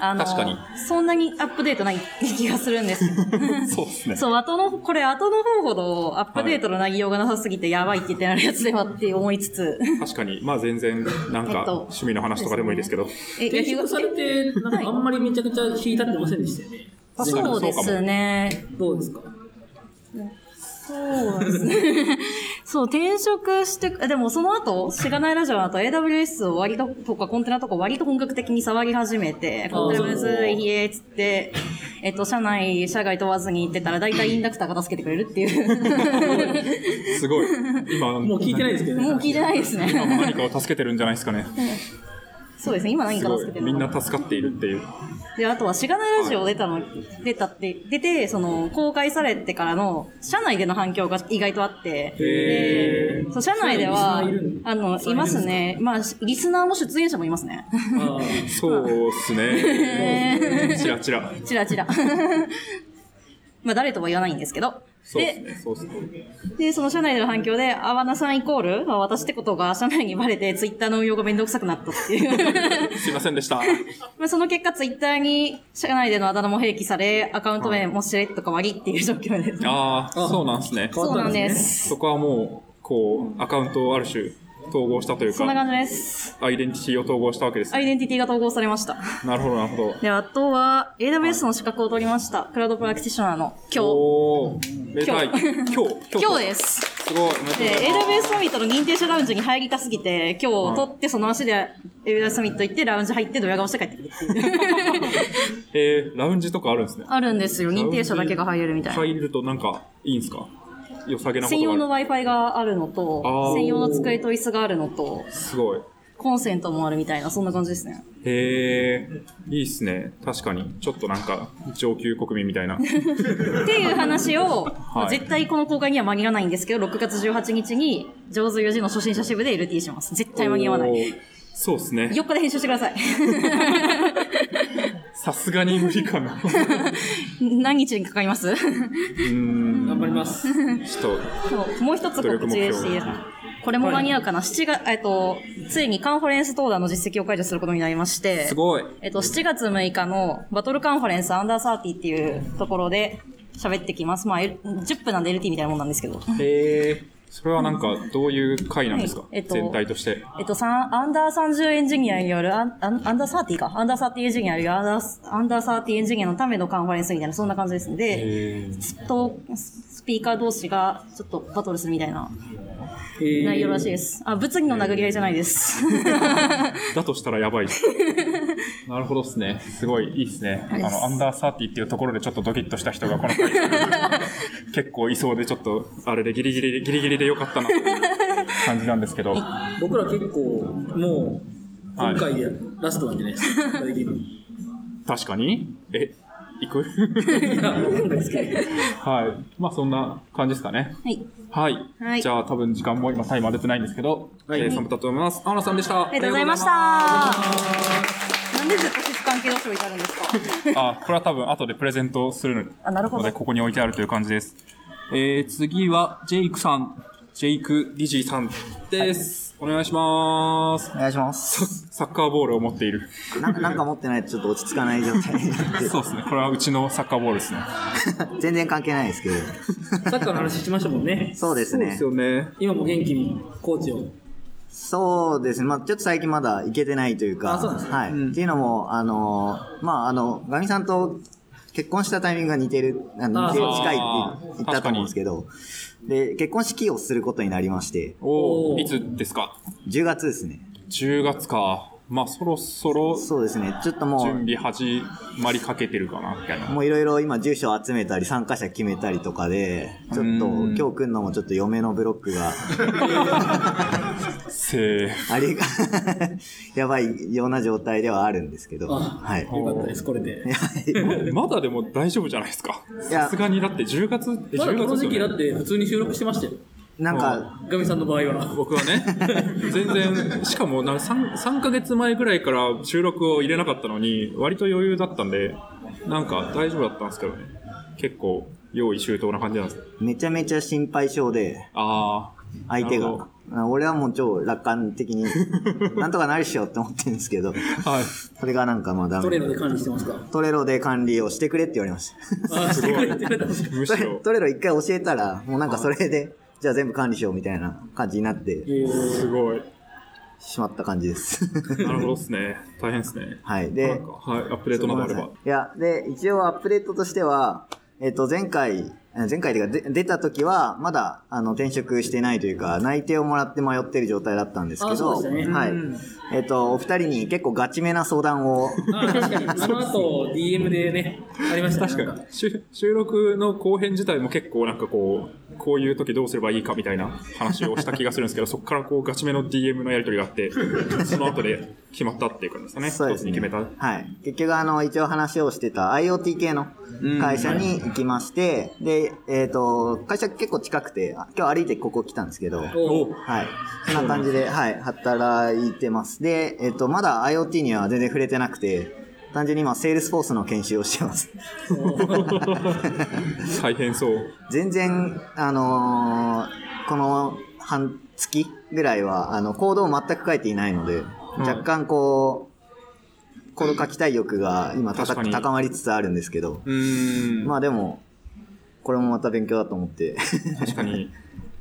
[SPEAKER 15] あの
[SPEAKER 3] 確かに
[SPEAKER 15] そんなにアップデートない気がするんです けど
[SPEAKER 3] そうです
[SPEAKER 15] そう、後の、これ後の方ほどアップデートの内容がなさすぎてやばいって言ってなるやつではって思いつつ、
[SPEAKER 3] 確かに、まあ全然、なん
[SPEAKER 15] えっ
[SPEAKER 3] か
[SPEAKER 15] と、
[SPEAKER 3] 趣味の話とかでもいいですけど。
[SPEAKER 15] え、
[SPEAKER 2] 転職されて、なんかあんまりめちゃくちゃ引いたってませんでしたよね。
[SPEAKER 15] そうですね。
[SPEAKER 2] どうですか
[SPEAKER 15] そうですね。 そう、転職して、でもその後、しがないラジオの後、AWS を割と、とかコンテナとか割と本格的に触り始めて、コンテナむずい、ひえーっつって、えっと、社内、社外問わずに行ってたら、大体インダクターが助けてくれるっていう。
[SPEAKER 3] すごい。今、もう聞いてないですけ
[SPEAKER 15] もう聞いてないですね
[SPEAKER 3] 今も何かを助けてるんじゃないですかね。
[SPEAKER 15] そうですね、今何
[SPEAKER 3] す
[SPEAKER 15] か
[SPEAKER 3] ご
[SPEAKER 15] 助けて
[SPEAKER 3] い。
[SPEAKER 15] るの
[SPEAKER 3] みん
[SPEAKER 15] かな
[SPEAKER 3] な助かっているっていう。
[SPEAKER 15] で、あとは、しがないラジオ出たの、出たって、出て、その、公開されてからの、社内での反響が意外とあって、
[SPEAKER 2] へ
[SPEAKER 15] そう社内では
[SPEAKER 2] 社内にリスナーいる、
[SPEAKER 15] あの、いますね。まあ、リスナーも出演者もいますね。
[SPEAKER 3] そうっすね。チラチラ。
[SPEAKER 15] ちらちら。 まあ、誰とは言わないんですけど。
[SPEAKER 3] そうっす
[SPEAKER 15] で、
[SPEAKER 3] ね。そうっすね。
[SPEAKER 15] で、その社内での反響で、あわなさんイコール、まあ私ってことが社内にバレて、ツイッターの運用がめんどくさくなったっていう。
[SPEAKER 3] すいませんでした。
[SPEAKER 15] まあ、その結果、ツイッターに社内でのあだ名も併記され、アカウント名もしれっと変わりっていう状況です。
[SPEAKER 3] ああ、そうなんですね。
[SPEAKER 15] そうなんです
[SPEAKER 3] そこはもう、こう、アカウントをある種、統合したという
[SPEAKER 15] そんな
[SPEAKER 3] か、
[SPEAKER 15] 感じです。
[SPEAKER 3] アイデンティティを統合したわけです
[SPEAKER 15] ア。イデンティティが統合されました。
[SPEAKER 3] なるほど、なるほど。
[SPEAKER 15] で、あとは、AWS の資格を取りました。クラウドプラクティショナーの今日。
[SPEAKER 3] おー、めでたい。今日、
[SPEAKER 15] 今日です。
[SPEAKER 3] すごい、おめでとうご
[SPEAKER 15] で、
[SPEAKER 3] ざいます。
[SPEAKER 15] AWS サミットの認定者ラウンジに入りたすぎて、今日取って、その足で AWS サミット行って、ラウンジ入って、ドヤ顔して帰ってくるっていう。
[SPEAKER 3] えー、ラウンジとかあるんですね。
[SPEAKER 15] あるんですよ。認定者だけが入れるみたいな。
[SPEAKER 3] 入るとなんか、いいんですか良さげなこ
[SPEAKER 15] 専
[SPEAKER 3] と
[SPEAKER 15] 用の
[SPEAKER 3] がある。
[SPEAKER 15] Wi-Fi があるのと
[SPEAKER 3] あー、
[SPEAKER 15] 専用の机と椅子があるのと、
[SPEAKER 3] すごい。
[SPEAKER 15] コンセントもあるみたいな、そんな感じですね。
[SPEAKER 3] へえ、いいっすね。確かに。ちょっとなんか、上級国民みたいな。
[SPEAKER 15] っていう話を、
[SPEAKER 3] はい
[SPEAKER 15] 絶対この公開には間に合わないんですけど、6月18日に、上手4時の初心者支部で LT します。絶 対間に合わない。
[SPEAKER 3] お
[SPEAKER 15] 4
[SPEAKER 3] ー。そうっすね。
[SPEAKER 15] 日で編集してください。
[SPEAKER 3] さすがに無理 かな。
[SPEAKER 15] 何日にかかります
[SPEAKER 3] 頑
[SPEAKER 2] 張ります。
[SPEAKER 3] ちょっ
[SPEAKER 15] そうもう一つ告知していいですかこれも間に合うかな、7月、えっと、ついにカンファレンス登壇の実績を解除することになりまして、
[SPEAKER 3] と、すごい。
[SPEAKER 15] えっと、7月6日のバトルカンファレンスアンダーサーティっていうところで喋ってきます。まあ、L- 10分なんで LT みたいなもんなんですけど。
[SPEAKER 3] へえ、それはなんか、どういう回なんですか、
[SPEAKER 15] はいえっと
[SPEAKER 3] 全体として。
[SPEAKER 15] えっと、さんアンダー30エンジニアによる、アンアンアンダーサーティか。アンダーサーティエンジニアによるアンダー、アンダーサーティエンジニアのためのカンファレンスみたいな、そんな感じですので、
[SPEAKER 3] え
[SPEAKER 15] と、スピーカー同士がちょっとバトルするみたいな
[SPEAKER 3] ー
[SPEAKER 15] 内容らしいです。あ、物議の殴り合いじゃないです。
[SPEAKER 3] だとした らやばいっす。なるほどっすね。すごいいいっすね。あ
[SPEAKER 15] ありがとうございます
[SPEAKER 3] の、アンダーサーティっていうところでちょっとドキッとした人がこ の回結構いそうで、ちょっと、あれでギリギリ、ギリギリでよかったな という感じなんですけど。
[SPEAKER 2] 僕ら結構、もう、今回でラストなんじゃないですか。大リーグ
[SPEAKER 3] 確かに。え、行く はい。まあそんな感じですかね。
[SPEAKER 15] はい。
[SPEAKER 3] はい。
[SPEAKER 15] はい
[SPEAKER 3] じゃあ多分時間も今タイマー出てないんですけど、えー、サムタと思います。アナさんでした。
[SPEAKER 15] ありがとうございました。なんでずっと質関係同士をいたるんですか
[SPEAKER 3] あ、これは多分後でプレゼントする
[SPEAKER 15] あなるほ
[SPEAKER 3] の
[SPEAKER 15] ど
[SPEAKER 3] で、ここに置いてあるという感じです。えー、次は、ジェイクさん、ジェイク・リジーさんです。お願いします。
[SPEAKER 16] お願いします。
[SPEAKER 3] サッカーボールを持っている。
[SPEAKER 16] ななんか持ってないとちょっと落ち着かない状態になって
[SPEAKER 3] そうですね。これはうちのサッカーボールですね。
[SPEAKER 16] 全然関係ないですけど。
[SPEAKER 2] サッカーの話しましたもんね。
[SPEAKER 16] そうですね
[SPEAKER 3] そうですよね。
[SPEAKER 2] 今も元気にコーチを。
[SPEAKER 16] そうですね。まあちょっと最近まだ行けてないというか。
[SPEAKER 2] あそうなんですね
[SPEAKER 16] はい。っていうのも、あのー、まああの、ガミさんと結婚したタイミングが似てる、あの
[SPEAKER 2] あ
[SPEAKER 16] 似てる近いって言った
[SPEAKER 3] 確
[SPEAKER 16] と
[SPEAKER 3] かに
[SPEAKER 16] 思うんですけど、で、結婚式をすることになりまして、
[SPEAKER 3] おおいつですか
[SPEAKER 16] ?10 月ですね。
[SPEAKER 3] 10月か。まあそろそろ、
[SPEAKER 16] そうですね。ちょっともう
[SPEAKER 3] 準備始まりかけてるかな、みたいな。
[SPEAKER 16] もういろいろ今住所集めたり参加者決めたりとかで、ちょっと今日来んのもちょっと嫁のブロック が。
[SPEAKER 3] せー。
[SPEAKER 16] ありが、 やばいような状態ではあるんですけど。はい。よ
[SPEAKER 2] かったです、これで。
[SPEAKER 3] まだでも大丈夫じゃないですか。さすがにだって10月、え
[SPEAKER 2] まだ
[SPEAKER 3] 10
[SPEAKER 2] この
[SPEAKER 3] 月
[SPEAKER 2] 時期
[SPEAKER 3] よ
[SPEAKER 2] だ
[SPEAKER 3] ね
[SPEAKER 2] って普通に収録してましたよ。
[SPEAKER 16] なんか、
[SPEAKER 2] ガミさんの場合は。
[SPEAKER 3] 僕は ね。全然、しかもなんか 3, 3ヶ月前ぐらいから収録を入れなかったのに、割と余裕だったんで、なんか大丈夫だったんですけどね。結構、 用意周到な感じなんです。
[SPEAKER 16] めちゃめちゃ心配性で、
[SPEAKER 3] あ
[SPEAKER 16] 相手
[SPEAKER 3] なるほ
[SPEAKER 16] が。俺はもう超楽観的に、 なんとかなるっしょって思ってるんですけど、それがなんかまあダメ。
[SPEAKER 2] トレードで管理してますか
[SPEAKER 16] トレロで管理をしてくれって言われました。
[SPEAKER 2] あ、 してくれてる。む
[SPEAKER 16] トレトレロ一回教えたら、もうなんかそれで、じゃあ全部管理しようみたいな感じになって、
[SPEAKER 3] すごい。
[SPEAKER 16] しまった感じです。
[SPEAKER 3] ー、なるほどですね。大変ですね。
[SPEAKER 16] はい。で
[SPEAKER 3] なんかはい、アップデートなどあれば。
[SPEAKER 16] いや、で、一応アップデートとしては、えっ、と、前回、え前回というか、で出た時は、まだ、あの、転職してないというか、内定をもらって迷ってる状態だったんですけ
[SPEAKER 2] あそう
[SPEAKER 16] ど、
[SPEAKER 2] でしたね
[SPEAKER 16] はい
[SPEAKER 2] うん。
[SPEAKER 16] えっ、と、お二人に結構ガチめな相談を、
[SPEAKER 2] あ確かに、その後 DM でね、ありましたね。
[SPEAKER 3] 確かに収収録の後編自体も結構なんかこうこういう時どうすればいいかみたいな話をした気がするんですけど そこからこうガチめの DM のやり取りがあっ てその後で決まったっていう感じですかね
[SPEAKER 16] そうですね
[SPEAKER 3] 一つに決めた
[SPEAKER 16] はい。結局、あの、一応話をしてた IoT 系の会社に行きまして、で、えっ、と、会社結構近くて、あ今日歩いてここ来たんですけど、
[SPEAKER 2] お
[SPEAKER 16] はい。そんな感じで、はい、働いてます。で、えっ、と、まだ IoT には全然触れてなくて、単純に今、セールスフォースの研修をしてます。
[SPEAKER 3] 大変そう
[SPEAKER 16] 全然、あのーこの半月ぐらいは、あの、コードを全く書いていないので、若干こう、コード書きたい欲が今高
[SPEAKER 3] 確かに
[SPEAKER 16] 高まりつつあるんですけど、
[SPEAKER 3] うん
[SPEAKER 16] まあでも、これもまた勉強だと思って、
[SPEAKER 3] 確かに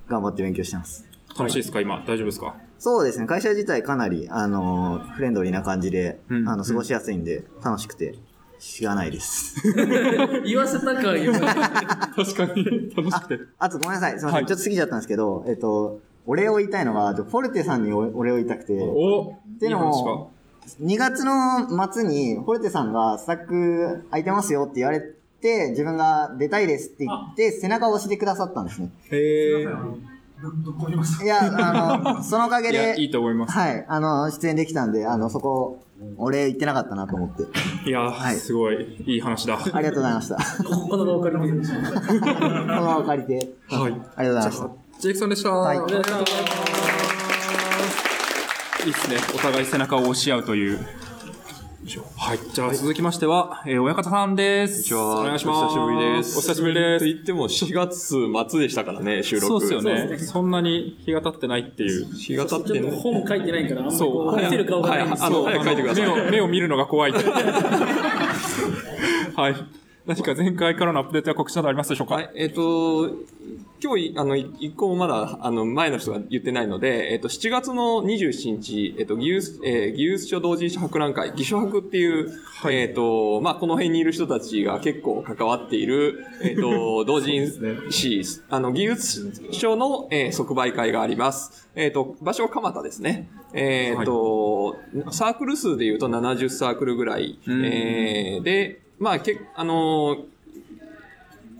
[SPEAKER 16] 頑張って勉強してます。
[SPEAKER 3] 楽しいですか今大丈夫ですか
[SPEAKER 16] そうですね、会社自体かなり、あのーフレンドリーな感じで、あの、過ごしやすいんで、楽しくて、しがな いです。
[SPEAKER 2] 言わせたかよ。
[SPEAKER 3] 確かに、楽しく
[SPEAKER 16] て。あとごめんなさい、すみません、ちょっと過ぎちゃったんですけど、えっと、お礼を言いたいのは、フォルテさんにおお礼を言いたくて、っていうのも、2月の末に、フォルテさんがスタック空いてますよって言われて、自分が出たいですって言って、背中を押してくださったんですね。
[SPEAKER 3] へえ
[SPEAKER 16] いや、あの、そのおかげ
[SPEAKER 3] いや
[SPEAKER 16] で、
[SPEAKER 3] いいと思います
[SPEAKER 16] はい、あの、出演できたんで、あの、そこ、俺言ってなかったなと 思って。
[SPEAKER 3] いやー、すごい、いい話だ。あ
[SPEAKER 16] ありがとうございました。
[SPEAKER 2] この場を借りて。
[SPEAKER 16] この場を借 りて。
[SPEAKER 3] はい。
[SPEAKER 16] ありがとうございました。
[SPEAKER 9] ジェイクさんでした。
[SPEAKER 16] はい。
[SPEAKER 3] いいですね。お互い背中を押し合うという。はい。じゃあ、続きましては、えー、親方さんです。お願いします。
[SPEAKER 17] お久しぶりです。
[SPEAKER 3] お久しぶり
[SPEAKER 17] です。言っても4月末でしたからね、収録。
[SPEAKER 3] そうですよね。そんなに日が経ってないっていう。
[SPEAKER 17] 日が経っ
[SPEAKER 2] ち
[SPEAKER 17] て
[SPEAKER 2] ょっ
[SPEAKER 17] な
[SPEAKER 2] と
[SPEAKER 17] い。
[SPEAKER 2] 本書いてないから、あんまり
[SPEAKER 3] そう
[SPEAKER 2] こう、見せる顔がないんです
[SPEAKER 3] はいはいあの早く書いてください目を目を見るのが怖い ってはい。何か前回からのアップデートや告知などありますでしょうか
[SPEAKER 17] はい、えっ、と、今日い、あの、い一個もまだ、あの、前の人が言ってないので、えっ、と、7月の27日、えっ、と、義勇、えー、義勇書同人誌博覧会、義書博っていう、えっ、と、まあ、この辺にいる人たちが結構関わっている、えっ、と、同人誌、あの、義勇書の、えー即売会があります。えっ、と、場所は蒲田ですね。えっ、と、サークル数で言うと70サークルぐらい、
[SPEAKER 3] うん
[SPEAKER 17] えーで、まあ、け、あのー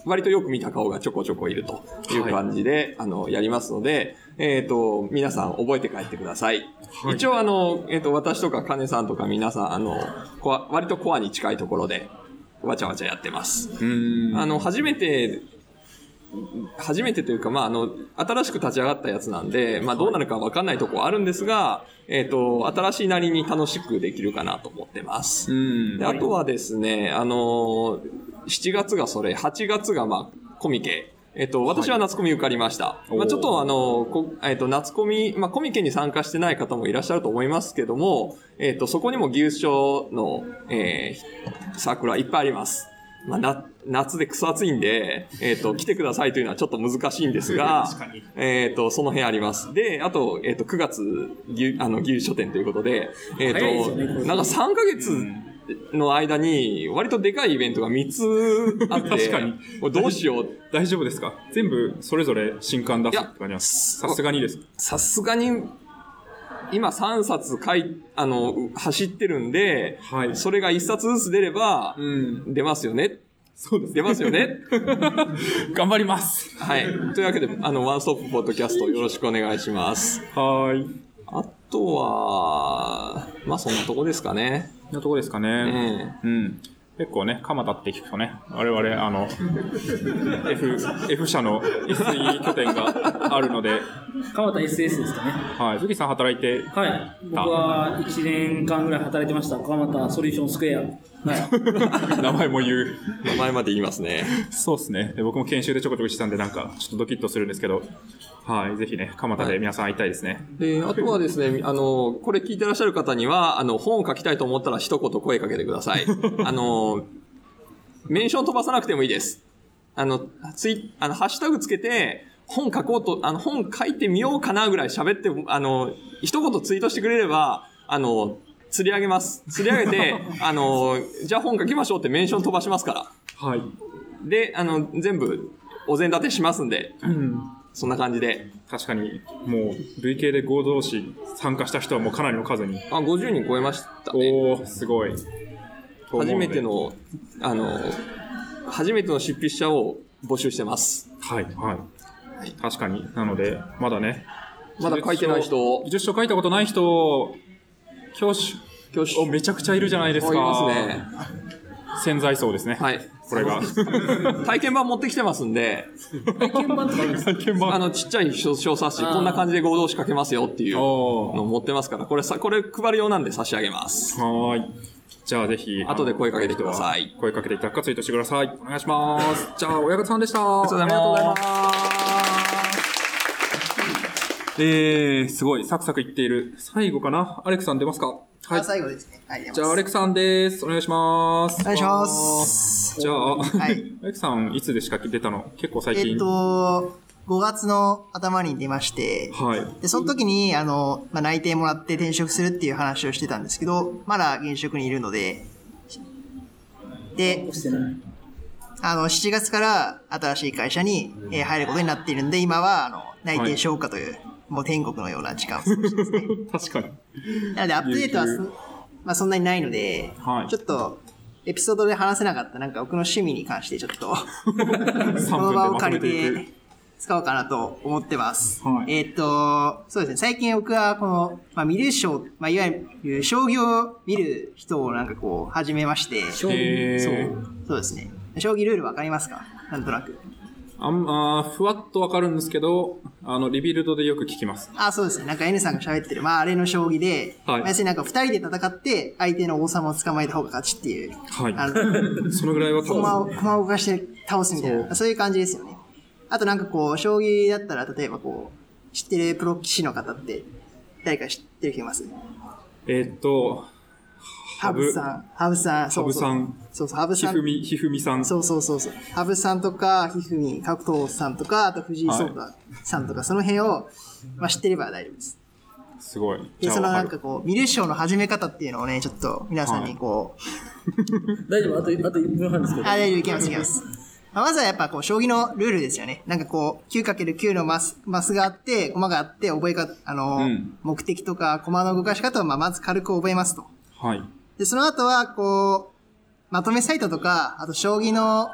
[SPEAKER 17] 割とよく見た顔がちょこちょこいるという感じで、あの、やりますので、えっ、と、皆さん覚えて帰ってください。一応、あの、えっ、と、私とかカネさんとか皆さん、あの、コア割とコアに近いところで、わちゃわちゃやってます。あの、初めて、初めてというか、まあ、あの、新しく立ち上がったやつなんで、まあ、どうなるかわかんないとこはあるんですが、えっ、と、新しいなりに楽しくできるかなと思ってます。であとはですね、あのー7月がそれ、8月がまあ、コミケ。えっと、私は夏コミ受かりました。
[SPEAKER 3] おー
[SPEAKER 17] まあ、ちょっとあのーこえっと、夏コミ、まあ、コミケに参加してない方もいらっしゃると思いますけども、えっと、そこにも牛賞の、えー、サークルはいっぱいあります。まあ、な、夏で草暑いんで、えっと、来てくださいというのはちょっと難しいんですが、
[SPEAKER 3] 確かに
[SPEAKER 17] えっと、その辺あります。で、あと、えっと、9月、牛、あの、牛書店ということで、えっと、
[SPEAKER 3] 早いですよねこれ
[SPEAKER 17] なんか3ヶ月、の間に、割とでかいイベントが3つあって、
[SPEAKER 3] 確かに
[SPEAKER 17] もうどうしよう。
[SPEAKER 3] 大丈夫ですか全部それぞれ新刊出すって感じます。さすがにです。
[SPEAKER 17] さすがに、今3冊書い、あの、走ってるんで、それが1冊ずつ出れば、出ますよね。そうです。出ますよね。
[SPEAKER 3] 頑張ります。
[SPEAKER 17] はい。というわけで、あの、ワンストップポッドキャストよろしくお願いします。
[SPEAKER 3] はい。
[SPEAKER 17] あとは、まあそんなとこですかね。
[SPEAKER 3] そんなとこですかね。うん。結構ね、蒲田って聞くとね、我々、あの、F、F 社の SE 拠点があるので、
[SPEAKER 2] 鎌田 SS ですかね。
[SPEAKER 3] はい。ズキさん働いてた、
[SPEAKER 2] はい。僕は1年間ぐらい働いてました。鎌田ソリューションスクエア。
[SPEAKER 3] 名前も言う。
[SPEAKER 17] 名前まで言いますね。
[SPEAKER 3] そうですね。で僕も研修でちょこちょこしてたんで、なんか、ちょっとドキッとするんですけど、はい。ぜひね、蒲田で皆さん会いたいですね。
[SPEAKER 17] で、あとはです ね、あの、これ聞いてらっしゃる方には、あの、本を書きたいと思ったら一言声かけてく ださい。あの、メンション飛ばさなくてもいいです。あの、ツイあの、ハッシュタグつけて、本書こうと、あの、本書いてみようかなぐらい喋って、あの、一言ツイートしてくれれば、あの、釣り上げます。釣り上 げて、あの、じゃあ本書きましょうってメンション飛ばしますから。
[SPEAKER 3] はい。
[SPEAKER 17] で、あの、全部、お膳立てしますんで、
[SPEAKER 3] うん
[SPEAKER 17] そんな感じで。
[SPEAKER 3] 確かに、もう、累計で合同誌参加した人はもうかなりの数に。
[SPEAKER 17] あ、50人超えました
[SPEAKER 3] ね。おー、すごい。と思うんで
[SPEAKER 17] 初めての、あの、初めての執筆者を募集してます。
[SPEAKER 3] はい、はい。確かに。なので、まだね。
[SPEAKER 17] まだ書いてない人。
[SPEAKER 3] 技術書書いたことない人、教師、
[SPEAKER 17] 教師。
[SPEAKER 3] めちゃくちゃいるじゃないですか。
[SPEAKER 17] いま
[SPEAKER 3] 潜在層ですね。
[SPEAKER 17] はい。
[SPEAKER 3] これが。
[SPEAKER 17] 体験版持ってきてますんで。
[SPEAKER 2] 体験版
[SPEAKER 17] あの、ちっちゃい小小冊子、こんな感じで合同誌書けますよっていうのを持ってますから、これさ、これ配る用なんで差し上げます。
[SPEAKER 3] はーい。じゃあぜひ、
[SPEAKER 17] 後で声かけてください。
[SPEAKER 3] 声かけていただくかツイートしてください。お願いします。じゃあ、親方さんでした。あり
[SPEAKER 17] がとうございます。
[SPEAKER 3] えー、すごい、サクサクいっている。最後かなアレクさん出ますかはい。
[SPEAKER 18] 最後ですね。はい、出ます
[SPEAKER 3] じゃあ、アレクさんです。お願いします。お願いします。じゃあ、アレクさん、いつでしか出たの結構最近。
[SPEAKER 18] えっと、5月の頭に出まして、
[SPEAKER 3] はい。
[SPEAKER 18] で、その時に、あの、まあ、内定もらって転職するっていう話をしてたんですけど、まだ現職にいるので、で、あの、7月から新しい会社に、えー入ることになっているんで、今は、あの、内定消化という、もう天国のような時間を過ごしてますね。
[SPEAKER 3] 確かに。
[SPEAKER 18] なので、アップデートはそ
[SPEAKER 3] 有給
[SPEAKER 18] まあ、そんなにないので、
[SPEAKER 3] はい
[SPEAKER 18] ちょっと、エピソードで話せなかった、なんか僕の趣味に関してちょっと、この場を借りて、使おうかなと思ってます。えっ、と、そうですね、最近僕はこの、まあ、見る将、まあ、いわゆる将棋を見る人をなんかこう、始めまして、
[SPEAKER 9] 将棋
[SPEAKER 18] そうそうですね。将棋ルールわかりますかなんとなく。
[SPEAKER 3] あんあーふわっとわかるんですけど、あの、リビルドでよく聞きます。
[SPEAKER 18] あ、そうですね。なんか N さんが喋ってる、まああれの将棋で、
[SPEAKER 3] はい
[SPEAKER 18] まあ要するになんか二人で戦って、相手の王様を捕まえた方が勝ちっていう、
[SPEAKER 3] はい
[SPEAKER 18] あの
[SPEAKER 3] そのぐらいは多
[SPEAKER 18] 駒を、
[SPEAKER 3] 分
[SPEAKER 18] 駒を動かして倒すみたいな、そういう感じですよね。あとなんかこう、将棋だったら、例えばこう、知ってるプロ棋士の方って、誰か知ってる人います
[SPEAKER 3] えーっと、
[SPEAKER 18] ハブさん。ハブさん。そうそう
[SPEAKER 3] ハブさん。
[SPEAKER 18] そうそう、ハブさん。
[SPEAKER 3] ひふみ、ひふみさん。
[SPEAKER 18] そうそうそうそう。ハブさんとか、ひふみ、角藤さんとか、あと藤井聡太さんとか、その辺を、まあ、知ってれば大丈夫です。
[SPEAKER 3] すごい。
[SPEAKER 18] で、そのなんか
[SPEAKER 3] わ
[SPEAKER 18] こう、見る賞の始め方っていうのをね、ちょっと皆さんにこう。大丈夫あと、あと1分半ですけど。あ、大丈夫、いけます、いけます。まあまずはやっぱこう、将棋のルールですよね。なんかこう、9×9 のマス、マスがあって、駒があって、覚えか、あの、
[SPEAKER 3] うん
[SPEAKER 18] 目的とか、駒の動かし方を、まあ、まず軽く覚えますと。
[SPEAKER 3] かるはい。
[SPEAKER 18] で、その後は、こう、まとめサイトとか、あと将棋の、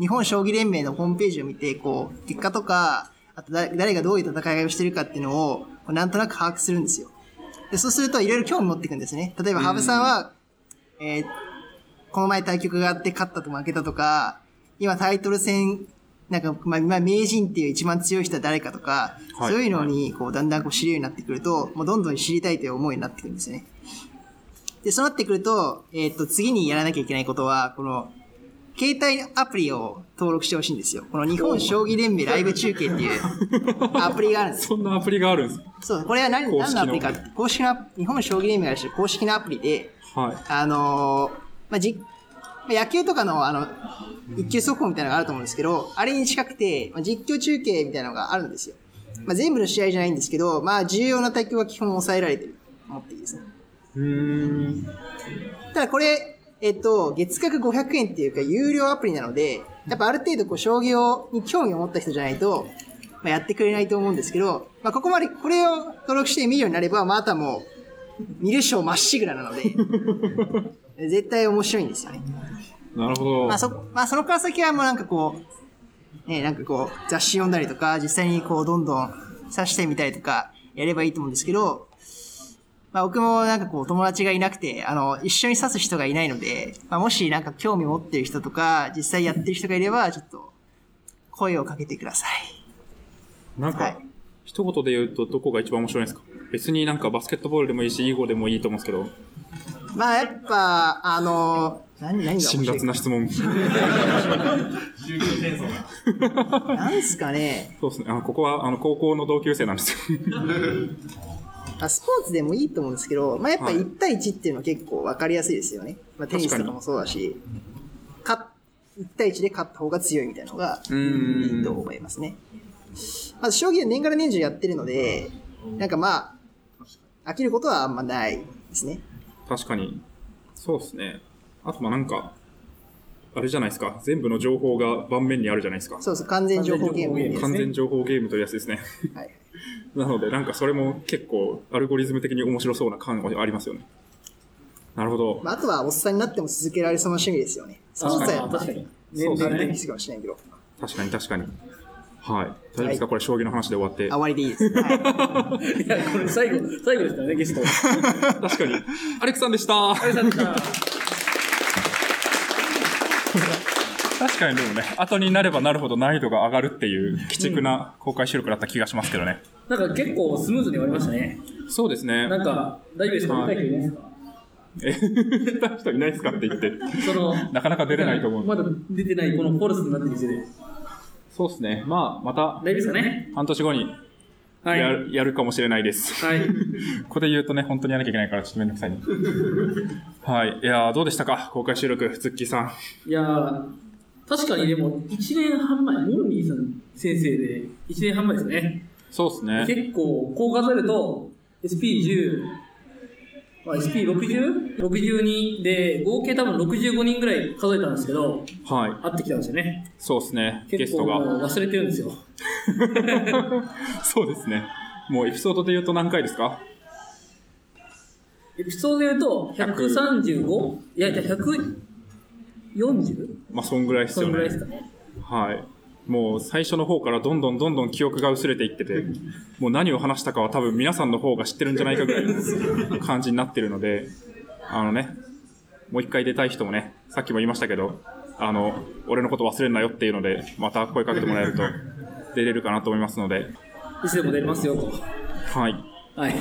[SPEAKER 18] 日本将棋連盟のホームページを見て、こう、結果とか、あと誰誰がどういう戦いをしてるかっていうのを、こうなんとなく把握するんですよ。で、そうすると、いろいろ興味持っていくんですね。例えば、
[SPEAKER 19] うん
[SPEAKER 18] 羽生さんは、えーこの前対局があって勝ったと負けたとか、今タイトル戦、なんか、まあ、まあ名人っていう一番強い人は誰かとか、
[SPEAKER 19] はい
[SPEAKER 18] そういうのに、こう、だんだんこう知るようになってくると、もうどんどん知りたいという思いになってくるんですよね。で、そうなってくると、えっ、と、次にやらなきゃいけないことは、この、携帯アプリを登録してほしいんですよ。この日本将棋連盟ライブ中継っていうアプリがあるんです。
[SPEAKER 3] そんなアプリがあるんです
[SPEAKER 18] そう、これは何
[SPEAKER 3] 公式の
[SPEAKER 18] 何のアプリかって、公式のアプリ、日本将棋連盟が出してる公式のアプリで、
[SPEAKER 3] はい。
[SPEAKER 18] あのーまあ、じ、まあ野球とかの、あの、一球速報みたいなのがあると思うんですけど、あれに近くて、まあ、実況中継みたいなのがあるんですよ。まあ、全部の試合じゃないんですけど、まあ、重要な対局は基本抑えられてると思っていいですね。ただこれ、えっと、月額500円っていうか、有料アプリなので、やっぱある程度、こう、将棋を、に興味を持った人じゃないと、まあ、やってくれないと思うんですけど、まあ、ここまで、これを登録して見るようになれば、まあ、あとはもう、見る賞まっしぐらなので、絶対面白いんですよね。
[SPEAKER 3] なるほど。
[SPEAKER 18] まあ、そ、まあ、そのから先はもうなんかこう、ね、なんかこう、雑誌読んだりとか、実際にこう、どんどん刺してみたりとか、やればいいと思うんですけど、まあ、僕もなんかこう、友達がいなくて、あの、一緒に刺す人がいないので、まあ、もしなんか興味持ってる人とか、実際やってる人がいれば、ちょっと、声をかけてください。
[SPEAKER 3] なんか、一言で言うとどこが一番面白いんですか別になんかバスケットボールでもいいし、囲碁でもいいと思うんですけど、
[SPEAKER 18] まあ、やっぱ、あの、何、何が面白
[SPEAKER 3] 辛
[SPEAKER 18] いか
[SPEAKER 3] 辣な質 問。
[SPEAKER 18] なんすかね。
[SPEAKER 3] そうですね。あの、ここは、あの、高校の同級生なんですよ。
[SPEAKER 18] まあ、スポーツでもいいと思うんですけど、まあ、やっぱ
[SPEAKER 3] はい
[SPEAKER 18] 1対1っていうのは結構分かりやすいですよね。まあ、テニスとかもそうだし、勝1対1で勝った方が強いみたいなのがいいと思いますね。まず、将棋は年がら年中やってるので、なんかまあ、飽きることはあんまないですね。
[SPEAKER 3] 確かに。そうですね。あと、ま、なんか、あれじゃないですか。全部の情報が盤面にあるじゃないですか。
[SPEAKER 18] そうそう、完全情報ゲームですね。
[SPEAKER 3] 完全情報ゲームというやつですね。 なので、なんかそれも結構、アルゴリズム的に面白そうな感がありますよね。なるほど。
[SPEAKER 18] まあ、あとは、おっさんになっても続けられそうな趣味ですよね。スポーツはやっぱ、
[SPEAKER 3] 確かに
[SPEAKER 18] 年
[SPEAKER 3] そう
[SPEAKER 18] 齢
[SPEAKER 3] です
[SPEAKER 18] の
[SPEAKER 3] ね
[SPEAKER 18] ミスかもしれないけど。
[SPEAKER 3] 確かに、確かに。はい。大丈夫ですかこれ、将棋の話で終わって。終
[SPEAKER 18] わりでいいです。
[SPEAKER 2] いや、これ最後、最後ですからね、ゲスト。
[SPEAKER 3] 確かに。アレクさんでした。ア
[SPEAKER 2] レクさんでした。
[SPEAKER 3] 確かにでもね、後になればなるほど難易度が上がるっていう、鬼畜な公開収録だった気がしますけどね。
[SPEAKER 2] なんか結構スムーズに終わりましたね。
[SPEAKER 3] そうですね。
[SPEAKER 2] なんか、大丈夫ですか
[SPEAKER 3] はい
[SPEAKER 2] 見たい人いないで
[SPEAKER 3] え、出
[SPEAKER 2] すか
[SPEAKER 3] た人いないですかって言って。
[SPEAKER 2] その、
[SPEAKER 3] なかなか出れないと思う。
[SPEAKER 2] まだ出てない、このフォルスになってる時点で。
[SPEAKER 3] そうですね。まあ、また、
[SPEAKER 2] 大丈夫ですかね
[SPEAKER 3] 半年後に、や
[SPEAKER 2] はい
[SPEAKER 3] るやるかもしれないです。
[SPEAKER 2] はい。
[SPEAKER 3] ここで言うとね、本当にやらなきゃいけないから、ちょっとめんどくさいね。はい。いやーどうでしたか公開収録、ツッキーさん。
[SPEAKER 2] いやー確かにでも、1年半前、モルミーさん先生で、1年半前ですね。
[SPEAKER 3] そうですね。
[SPEAKER 2] 結構、こう数えると、SP10、まあ SP60、62で、合計多分65人ぐらい数えたんですけど、
[SPEAKER 3] はい。
[SPEAKER 2] 会ってきたんですよね。
[SPEAKER 3] そうですね。ゲ
[SPEAKER 2] 結
[SPEAKER 3] スト
[SPEAKER 2] 構
[SPEAKER 3] が。
[SPEAKER 2] もう忘れてるんですよ。
[SPEAKER 3] そうですね。もうエピソードで言うと何回ですか
[SPEAKER 2] エピソードで言うと、135? いや、じゃあ 140?
[SPEAKER 3] まあ、そんぐらいですよね。
[SPEAKER 2] そんぐらいですかね。
[SPEAKER 3] はい。もう最初の方からどんどんどんどん記憶が薄れていってて、もう何を話したかは多分皆さんの方が知ってるんじゃないかぐらいの感じになってるので、あのね、もう一回出たい人もね、さっきも言いましたけど、あの、俺のこと忘れんなよっていうので、また声かけてもらえると出れるかなと思いますので、
[SPEAKER 2] いつでも出れますよと。
[SPEAKER 3] はい。
[SPEAKER 2] はい。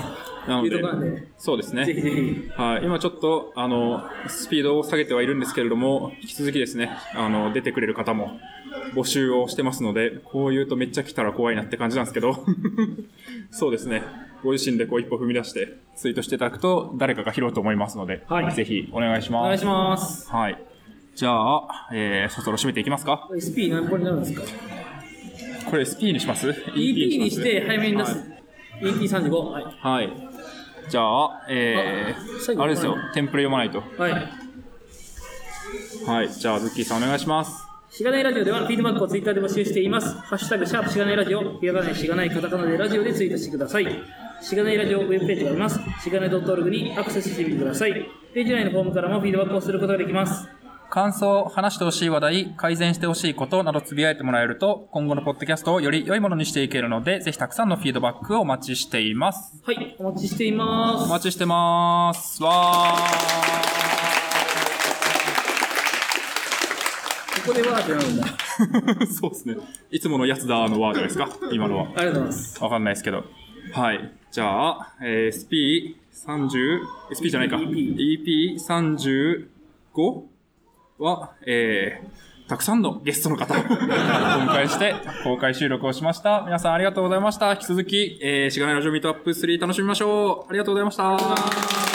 [SPEAKER 3] なの
[SPEAKER 2] いう
[SPEAKER 3] で
[SPEAKER 2] ところなんで、
[SPEAKER 3] そうですね。
[SPEAKER 2] ぜひぜひ
[SPEAKER 3] はい。今ちょっと、あの、スピードを下げてはいるんですけれども、引き続きですね、あの、出てくれる方も募集をしてますので、こう言うとめっちゃ来たら怖いなって感じなんですけど、 そうですね。ご自身でこう一歩踏み出してツイートしていただくと誰かが拾うと思いますので、
[SPEAKER 2] はい
[SPEAKER 3] ぜひお願いします。
[SPEAKER 2] お願いします。
[SPEAKER 3] はい。じゃあ、えー、そろそろ締めていきますか。
[SPEAKER 2] SP 何本になるんですか
[SPEAKER 3] これ SP にします
[SPEAKER 2] ?EP にして早めに出
[SPEAKER 3] は
[SPEAKER 2] す
[SPEAKER 3] い。
[SPEAKER 2] EP35。はい。
[SPEAKER 3] はい。じゃあ、え
[SPEAKER 2] あ
[SPEAKER 3] ー、
[SPEAKER 2] 最
[SPEAKER 3] あ
[SPEAKER 2] 後
[SPEAKER 3] れですよ
[SPEAKER 2] これ、
[SPEAKER 3] テンプレ読まないと。
[SPEAKER 2] はい。
[SPEAKER 3] はい。じゃあ、ズッキーさんお願いします。
[SPEAKER 2] しがないラジオではフィードバックをツイッターで募集しています。ハッシュタグ、シャープしがないラジオ、ひらがないしがないカタカナでラジオでツイートしてください。しがないラジオウェブページがあります。しがない .org にアクセスしてみてください。ページ内のフォームからもフィードバックをすることができます。
[SPEAKER 19] 感想、話してほしい話題、改善してほしいことなどつぶやいてもらえると、今後のポッドキャストをより良いものにしていけるので、ぜひたくさんのフィードバックをお待ちしています。
[SPEAKER 2] はい、お待ちしています。
[SPEAKER 19] お待ちしてます。わ
[SPEAKER 2] ここでワーってなるん だ。
[SPEAKER 3] そうですね。いつものやつだのワードですか今のは。あり
[SPEAKER 2] がとうございます。
[SPEAKER 3] わかんないですけど。はい。じゃあ、えー、SP30、SP じゃないか。EP35 は、えー、たくさんのゲストの方を今回して公開収録をしました。皆さんありがとうございました。引き続き、えー、しがないラジオミートアップ3楽しみましょう。ありがとうございました。